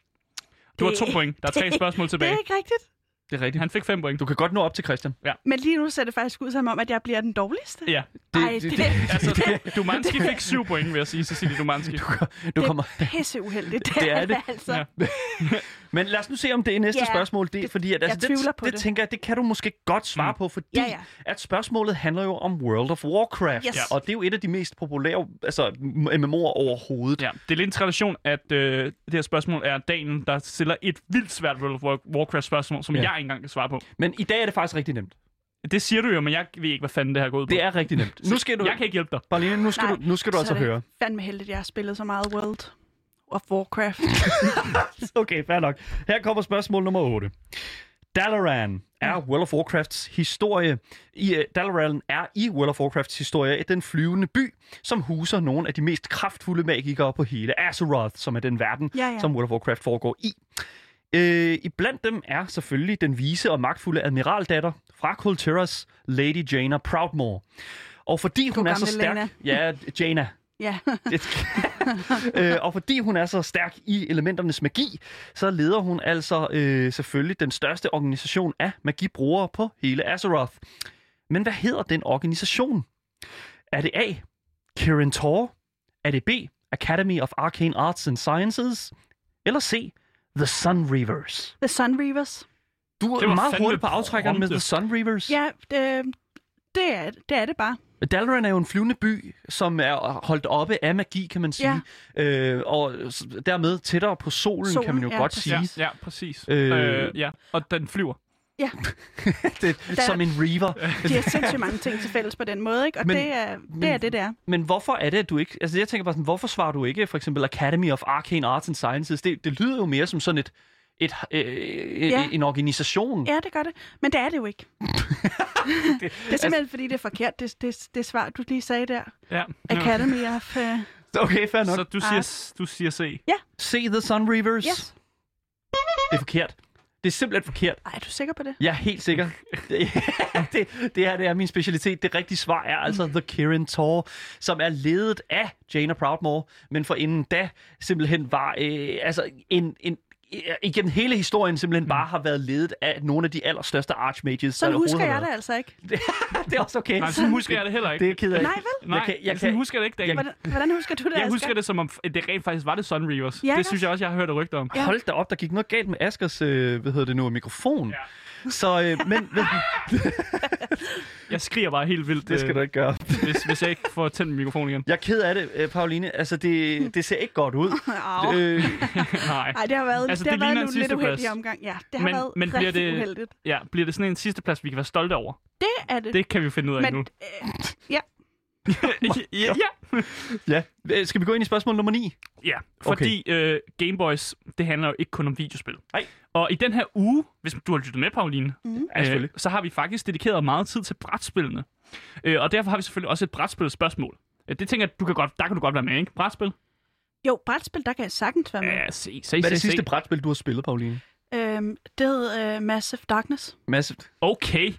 Du har
Det-
2 point. Der er tre
det-
spørgsmål
Det
tilbage.
er ikke rigtigt.
Det er rigtigt.
Han fik 5 point.
Du kan godt nå op til Christian.
Men lige nu ser det faktisk ud som om, at jeg bliver den dårligste.
Ja.
Ej, det, det,
Altså, Dumanski fik 7 point, vil jeg sige, Cecilie Dumanski.
Du kommer...
er pisseuheldigt. Det,
Det er det.
altså.
Ja.
Ja.
Men lad os nu se, om det er næste
Ja,
spørgsmål. Det er
det-
fordi, at
jeg
altså,
tvivler
det,
på
det,
det.
tænker jeg, det kan du måske godt svare
Mm.
på, fordi
Ja, ja.
at spørgsmålet handler jo om World of Warcraft.
Yes. Ja.
Og det er jo et af de mest populære altså, MMO'er overhovedet.
Ja, det er lidt en tradition, at øh, det her spørgsmål er Daniel, der stiller et vildt svært World of War- Warcraft-spørgsmål, som
Ja.
ja. jeg ikke engang kan svare på.
Men i dag er det faktisk rigtig nemt.
Det siger du jo, men jeg ved ikke, hvad fanden det her går ud på.
Det er rigtig nemt. Nu skal du,
Jeg kan ikke hjælpe dig.
Pauline, nu skal
Nej,
du, nu skal du
så
altså
er det
høre. (laughs)
fandme heldigt, at jeg har spillet så meget World of Warcraft. (laughs)
Okay, fair nok. Her kommer spørgsmål nummer 8. Dalaran er World of Warcrafts historie. I, øh, Dalaran er i World of Warcrafts historie den flyvende by, som huser nogle af de mest kraftfulde magikere på hele Azeroth, som er den verden,
Ja, ja.
som World of Warcraft foregår i. Øh, I blandt dem er selvfølgelig den vise og magtfulde admiraldatter fra Kulturas, Lady Jaina Proudmore. Og fordi hun er så
gamle
stærk...
Lena.
Ja, Jaina.
ja,
Det- (laughs) øh, og fordi hun er så stærk i elementernes magi, så leder hun altså øh, selvfølgelig den største organisation af magibrugere på hele Azeroth. Men hvad hedder den organisation? Er det A. Kirin Tor? Er det B. Academy of Arcane Arts and Sciences? Eller C. The Sun Reavers?
The Sun Reavers.
Du
Det
er
var
meget
fandme
hurtigt på aftrækkeren med
prompte.
The Sun Reavers.
Ja, øh, det, er, det er det bare.
Dalaran er jo en flyvende by, som er holdt oppe af magi, kan man sige. Ja. Øh, og s- dermed tættere på solen, solen
Solen,
kan man jo
ja,
godt
præcis.
sige. Ja.
Ja, ja præcis.
Øh.
Øh... Øh, ja, og den flyver.
Ja,
(laughs) det, som en reaver.
de har sindssygt mange ting til fælles på den måde, ikke? Og
Men-
men, det, er, det
men-
er det, det er.
Men hvorfor er det, at du ikke... Altså jeg tænker bare sådan, hvorfor svarer du ikke for eksempel Academy of Arcane Arts and Sciences? Det, det lyder jo mere som sådan et, et, øh, ja.
Ja.
en organisation.
Ja, det gør det. Men det er det jo ikke. det, det er simpelthen, fordi det er forkert, det, det, det svar, du lige sagde der.
Ja.
Academy of... Øh,
Okay, fair nok. Ah.
Så du siger, du siger C.
(laughs) Se The Sun Reavers.
Yes.
Det er forkert. Det er simpelthen forkert.
ej, er du sikker på det?
Jeg er helt
(laughs)
sikker. Det, (laughs) det, det her det er min specialitet. Det rigtige svar er altså The Kirin Tor, som er ledet af Jaina Proudmore, men for inden da simpelthen var øh, altså en, en øh, igennem hele historien simpelthen
Mm.
bare har været ledet af nogle af de allerstørste archmages.
Sådan husker jeg det altså ikke.
(laughs) det. det er også okay.
Nej, sådan husker jeg det heller ikke.
Det er jeg ked af.
Nej, vel?
Nej,
jeg kan- jeg
sådan
kan-
husker jeg det ikke, Daniel.
Hvordan, hvordan husker du det,
Jeg
Asger?
husker det, som om f- det rent faktisk var det Sun Reavers.
Ja,
Ja,
ikke
det synes jeg også, jeg har hørt et rygte om.
Ja.
Hold da op, der gik noget galt med Askers, øh, hvad hedder det nu, mikrofon. Ja. Så, øh,
(laughs)
men
Jeg skriger bare helt vildt,
det skal
øh,
du ikke gøre.
hvis, hvis jeg ikke får tændt mikrofonen igen.
Jeg er ked af det, øh, Pauline. Altså,
(laughs)
det, det ser ikke godt ud.
Au.
Øh,
Nej.
Ej, det har
Altså,
været, altså, det
det
har været
ligner en
nogle lidt
sidsteplads.
uheldige omgang. Ja, det har
Men-
været
men bliver
rigtig
det-
uheldigt.
Ja, bliver det sådan en sidste plads, vi kan være stolte over?
Det er det.
Det kan vi finde ud af
men,
nu.
(laughs) øh, ja,
ja, ja.
Ja. Øh, Skal vi gå ind i spørgsmål nummer 9?
ja, fordi øh, Gameboys, det handler jo ikke kun om videospil.
Nej.
Og i den her uge, hvis du har lyttet med, Pauline, mm. øh,
selvfølgelig.
så har vi faktisk dedikeret meget tid til brætspillene. Øh, og derfor har vi selvfølgelig også et brætspilsspørgsmål. Øh, Det tænker jeg, du kan godt, der kan du godt være med, ikke? Brætspil?
Mm. jo, brætspil, der kan jeg sagtens være med.
Ja, se,
Hvad
se,
er
se,
det
se.
sidste brætspil, du har spillet, Pauline?
Øhm, det hed øh, Massive Darkness.
Massivt.
Okay.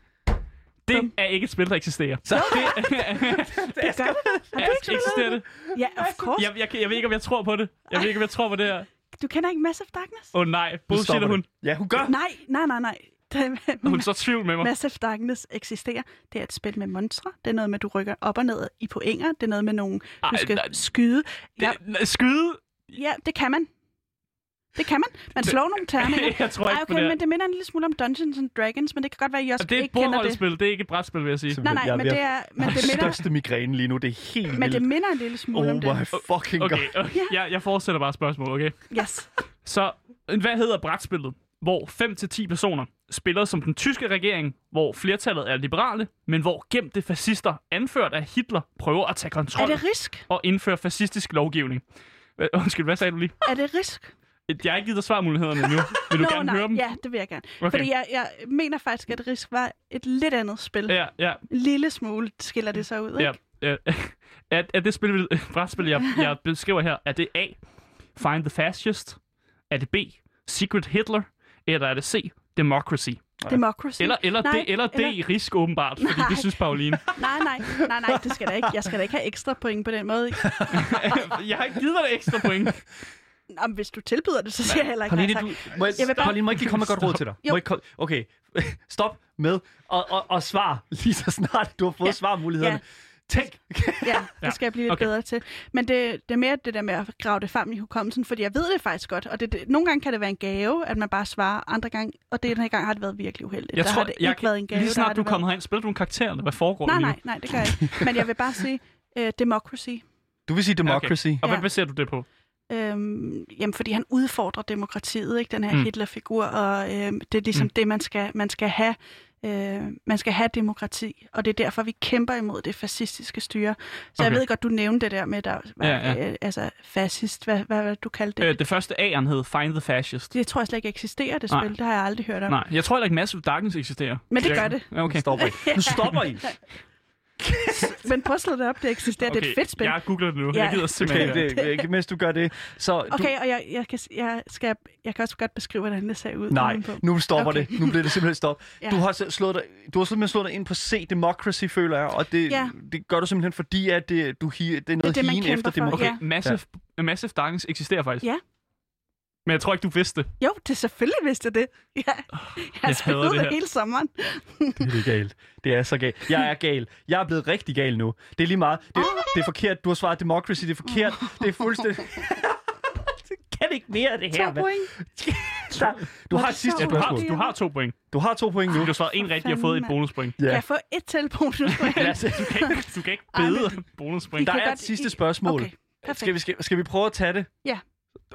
Det er ikke et spil, der eksisterer.
Så
(laughs)
det,
Det gør det. Har du ikke spillet
eksisterer
det?
det?
Ja, of course.
Jeg, jeg, kan- jeg ved ikke, om jeg tror på det. Jeg ved ikke, om jeg tror på det her. Åh
Du kender ikke Massive Darkness?
oh, nej,
Nu
bullshitter
stopper
hun.
det. Ja, hun gør.
Nej, nej, nej, (laughs) nej. Det-
Hun så tvivl med mig.
Massive Darkness eksisterer. Det er et spil med monstre. Det er noget med, at du rykker op og ned i pointer. Det er noget med nogle,
Ej,
du skal
nej.
skyde. Ja,
Det, skyde? Altså,
ja, det kan man. Det kan man. Man slår nogle terninger.
(laughs) Jeg tror
Ej,
ikke på
okay,
det her.
men det minder en lille smule om Dungeons and Dragons, men det kan godt være, at I også
Det er et
ikke kender det.
bordholdsspil, det. er ikke et brætspil, vil jeg sige.
Nej, nej, men det er, men det
minder...
minder,
største migræne lige nu, det er helt
men det
vildt.
minder en lille smule
Oh
om det.
my fucking okay.
Okay,
god.
okay. Jeg, jeg fortsætter bare spørgsmål, okay? (laughs)
Yes.
Så, øh, hvad hedder brætspillet, hvor 5-10 personer spiller som den tyske regering, hvor flertallet er liberale, men hvor gemte fascister, anført af Hitler, prøver at tage
Er
kontrol
det risk?
og indføre fascistisk lovgivning? Hvad- Undskyld, hvad sagde du lige?
Er det risk?
Jeg har ikke givet dig svarmulighederne nu. Vil du
Nå,
gerne
nej.
høre dem?
Ja, det vil jeg gerne.
Okay.
Okay. Fordi jeg, jeg mener faktisk, at risk var et lidt andet spil.
Ja, ja,
En lille smule skiller det sig ud, ikke?
ja. ja. (laughs) Er, er det spil, brætspil, jeg,
(laughs)
jeg beskriver her, er det A, Find the Fascist? Er det B, Secret Hitler? Eller er det C, Democracy?
Democracy.
Eller, eller,
nej,
D, eller, D, risk åbenbart, fordi
Nej.
det synes Pauline.
(laughs) Nej, nej, nej, nej, det skal da ikke. Jeg skal da ikke have ekstra point på den måde.
jeg har ikke givet dig ekstra point.
Nå, men hvis du tilbyder det, så siger jeg heller ikke
Pauline,
nej, tak.
du, må jeg,
Altså, Jeg vil bare-
Pauline, må jeg ikke lige komme med et godt råd til dig?
Jo.
Må jeg ikke komme... (laughs) Okay, stop med og, og, og svar lige så snart du har fået
Ja.
svarmulighederne. Tænk!
Ja,
Ja,
det skal jeg blive lidt
okay.
okay. bedre til. Men det, det er mere det der med at grave det frem i hukommelsen, fordi jeg ved det faktisk godt. Og det, det, nogle gange kan det være en gave, at man bare svarer andre gange, og det den her gang har det været virkelig uheldigt.
Jeg
der
tror,
har det
jeg,
ikke været en gave.
lige
der har
snart
det
du er
været-
kommet herind, spiller du en karakter, eller hvad foregår der
Nej,
lige
nej, nej, det gør jeg ikke. Men jeg vil bare sige øh, democracy.
Du vil sige
okay.
democracy.
nu? Og hvad
Ja.
baserer du det på?
Øhm, jamen, fordi han udfordrer demokratiet, ikke? Den her
Mm.
mm. Hitler-figur, og øhm, det er ligesom
Mm.
mm. det, man skal, man skal have. Øh, man skal have demokrati, og det er derfor, vi kæmper imod det fascistiske styre. Så okay.
Okay.
jeg ved godt, du nævnte det der med, der var,
Ja,
ja, ja. Øh, altså fascist, hvad, hvad, hvad du kaldte det.
Øh, det første A'eren hed Find the Fascist.
Det tror jeg slet ikke eksisterer, det
Nej.
spil. Det har jeg aldrig hørt om.
Nej, jeg tror heller ikke, Massive Darkness eksisterer.
Men det gør det.
Okay.
Nu stopper I. Nu stopper I.
(laughs) Men prøv at slå det op, det eksisterer. Okay. Det er et fedt spil.
Jeg googler det nu.
Ja.
Jeg gider simpelthen
Okay,
ikke.
det, ikke, mens du gør det. Så du,
Okay, og jeg, jeg, kan, jeg, skal, jeg kan også godt beskrive, hvordan det ser ud.
Nej,
udenpå.
nu stopper
Okay.
det. Nu bliver det simpelthen stop. ja.
(laughs) Ja.
Du har selv slået dig, du har simpelthen slået dig ind på C Democracy, føler jeg, og det, ja.
Ja.
det gør du simpelthen fordi, at det, du hi, det er noget
det, man
higen
kæmper
efter
for,
demokrati.
Okay,
Ja.
Massive, Massive Darkness eksisterer faktisk.
Ja.
Men jeg tror ikke, du vidste det.
Jo, det selvfølgelig vidste jeg det. (laughs) Ja. Jeg har
jeg hader
spillet
det
det,
her.
hele sommeren.
Det er galt. Det er så galt. Jeg er gal. Jeg er blevet rigtig gal nu. Det er lige meget. Det, det er forkert. Du har svaret Democracy. Det er forkert. Det er fuldstændig... Det (laughs) kan ikke mere af det her,
To
mand.
point.
Der- Du har et sidste
Ja, du, har,
spørgsmål.
du har to point.
Du har to point nu.
Du har svaret en rigtigt og fået et
fanden, mand.
bonuspoint.
Kan jeg få et til bonuspoint?
Lad os-
Du kan ikke, du kan ikke
Ej, men-
bede om bonuspoint.
Der
kan
er et
godt-
sidste
I-
spørgsmål.
Okay, perfekt.
Skal vi, skal, skal vi prøve at tage det?
Ja.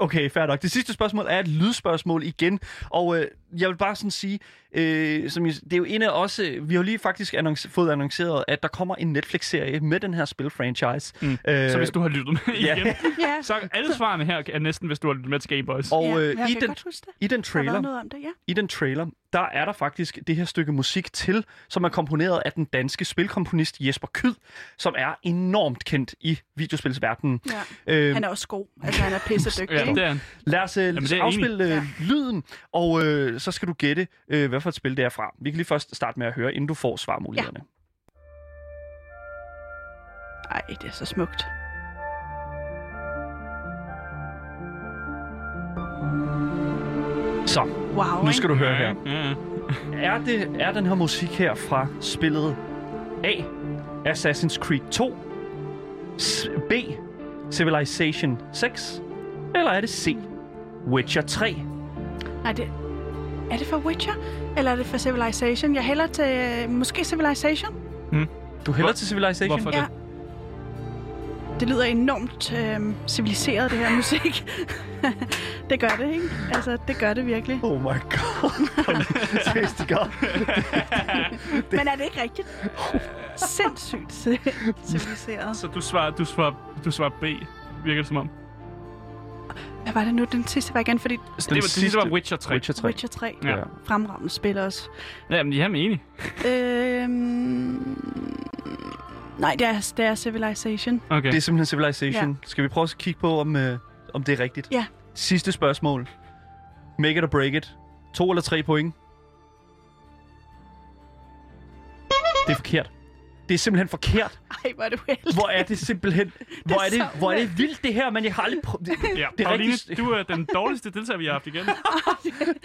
Okay, fair nok. Det sidste spørgsmål er et lydspørgsmål igen, og øh, jeg vil bare sådan sige, øh, som jeg, det er jo en af os, øh, vi har jo lige faktisk annonce, fået annonceret, at der kommer en Netflix-serie med den her spil-franchise.
Mm.
Øh,
Så hvis du har lyttet med
ja.
igen,
Ja,
så alle svarene her er næsten, hvis du har lyttet med til Game Boys.
og
ja,
øh,
jeg
i,
kan
den,
godt huske det.
i den
Der var
trailer,
noget om det, ja.
i den trailer, der er der faktisk det her stykke musik til, som er komponeret af den danske spilkomponist Jesper Kyd, som er enormt kendt i videospilsverdenen.
ja.
Øh,
Han er også god. Altså, han er pissedygtig.
Ja, det
ikke?
er han.
Lad os øh,
det er
så
jeg enig i.
afspille øh,
Ja.
lyden, og øh, så skal du gætte, øh, hvad for et spil det er fra. Vi kan lige først starte med at høre, inden du får svarmulighederne.
Ej, det er så smukt.
Ja. Så,
Wow,
nu skal du høre
Ja,
her.
ja.
Er, det, er den her musik her fra spillet A, Assassin's Creed 2, S- B, Civilization 6, eller er det C, Witcher 3?
Nej, det... Er det for Witcher? Eller er det for Civilization? Jeg hælder til... øh, Måske Civilization?
Du hælder til Civilization?
Hvorfor
Ja.
det?
Det lyder enormt øh, civiliseret, det her (laughs) musik. det gør det, ikke? Altså, det gør det virkelig.
Oh my
(laughs)
god. Seriøst, det gør.
Men er det ikke
(laughs)
rigtigt? Sindssygt øh, civiliseret.
Så du svarer, du svarer, du svarer B, virker det som om.
Hvad var det nu, den sidste var igen? Fordi
Så det, var, det sidste var Witcher 3.
Witcher 3.
Witcher 3,
Ja.
ja. fremragende spil også.
Jamen, jeg er enig.
Øhm... Nej, det er, det er Civilization.
Okay.
Det er simpelthen Civilization. Ja. Skal vi prøve at kigge på, om, øh, om det er rigtigt?
Ja.
Sidste spørgsmål. Make it or break it. To eller tre point? Det er forkert. Det er simpelthen forkert.
Ej, hvor er det uheldigt. (laughs)
Hvor er det simpelthen... Hvor er det,
så
hvor er det vildt, det her, men jeg har aldrig prøvet... det-
Ja,
det er
Karoline,
rigtig-
du er den dårligste deltager, vi har haft igen.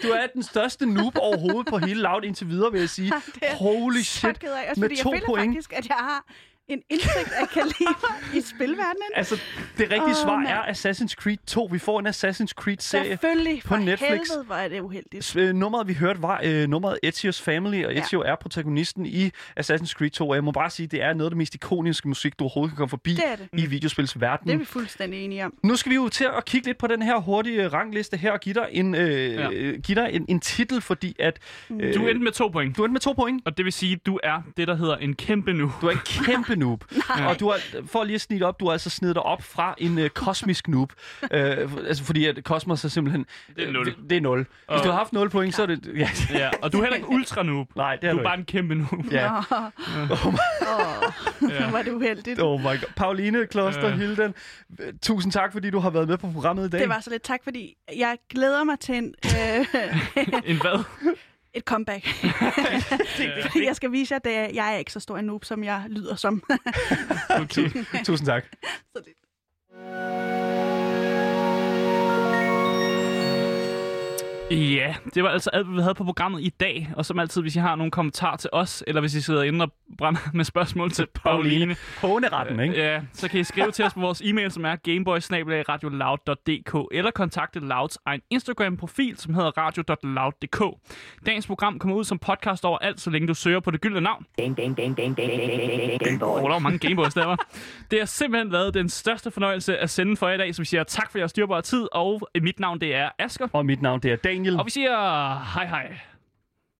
Du er den største noob overhovedet på hele Loud indtil videre, vil jeg
(laughs)
sige.
er jeg
Holy
så
shit.
ked af, også
Med
fordi jeg
to
føler
point.
faktisk, at jeg har en indsigt af kaliber i spilverdenen.
Altså, det rigtige
Åh,
oh, svar
mand.
er Assassin's Creed 2. Vi får en Assassin's Creed-serie.
Selvfølgelig,
på
for
Netflix.
helvede, hvor er det uheldigt.
S- øh, nummeret, vi hørte, var øh, nummeret Ezio's Family, og Ezio ja. er protagonisten i Assassin's Creed 2. Og jeg må bare sige, det er noget af det mest ikoniske musik, du overhovedet kan komme forbi
Det er det.
i videospilsverdenen.
Det er vi fuldstændig enige om.
Nu skal vi jo til at kigge lidt på den her hurtige rangliste her og give dig en, øh, ja.
Ja.
give dig en, en titel, fordi at... Øh,
Mm.
Du endte med to point.
du endte med to point.
Og det vil sige, at du er det, der hedder en kæmpe nu.
Du er en
(laughs)
kæmpe noob. og du har, for lige at snige det op, du har altså snedet dig op fra en øh, kosmisk
(laughs)
noob. Øh, for- altså fordi at kosmos er simpelthen...
Det er nul.
Det, det er nul. Hvis
Og-
du har haft 0 point, så er det... Ja,
Ja, og du er heller ikke ultra noob.
nej, det er
Du
du,
er bare en kæmpe noob.
ikke. Ja.
Åh, (laughs) hvor er det uheldigt.
(laughs) Oh my god. Pauline Kloster
Ja.
uh. Hilden, øh, tusind tak, fordi du har været med på programmet i dag.
Det var så lidt tak, fordi jeg glæder mig til en, øh,
(laughs) En
(laughs)
hvad?
et comeback. jeg skal vise jer, at jeg er ikke så stor en noob, som jeg lyder som. (laughs)
Okay.
(laughs) tusind tak.
Så det-
I Ja, det var altså alt, hvad vi havde på programmet i dag. Og som altid, hvis I har nogle kommentarer til os, eller hvis I sidder inde og brænder med spørgsmål
(laughs)
til Pauline,
Håneretten, ikke?
ja, så kan I skrive til os på vores e-mail, som er gameboy eller kontakte Louds egen Instagram-profil, som hedder radio.loud.dk. Dagens program kommer ud som podcast overalt, så længe du søger på det gyldne navn.
Game, game, game, game, game, game
Åh,
boys.
der var mange Gameboys der, var. (laughs) Det har simpelthen været den største fornøjelse at sende for jer i dag, så vi siger tak for jeres dyrbare tid, og mit navn det er Asker.
Og mit navn, det er Daniel.
Og vi siger hej hej.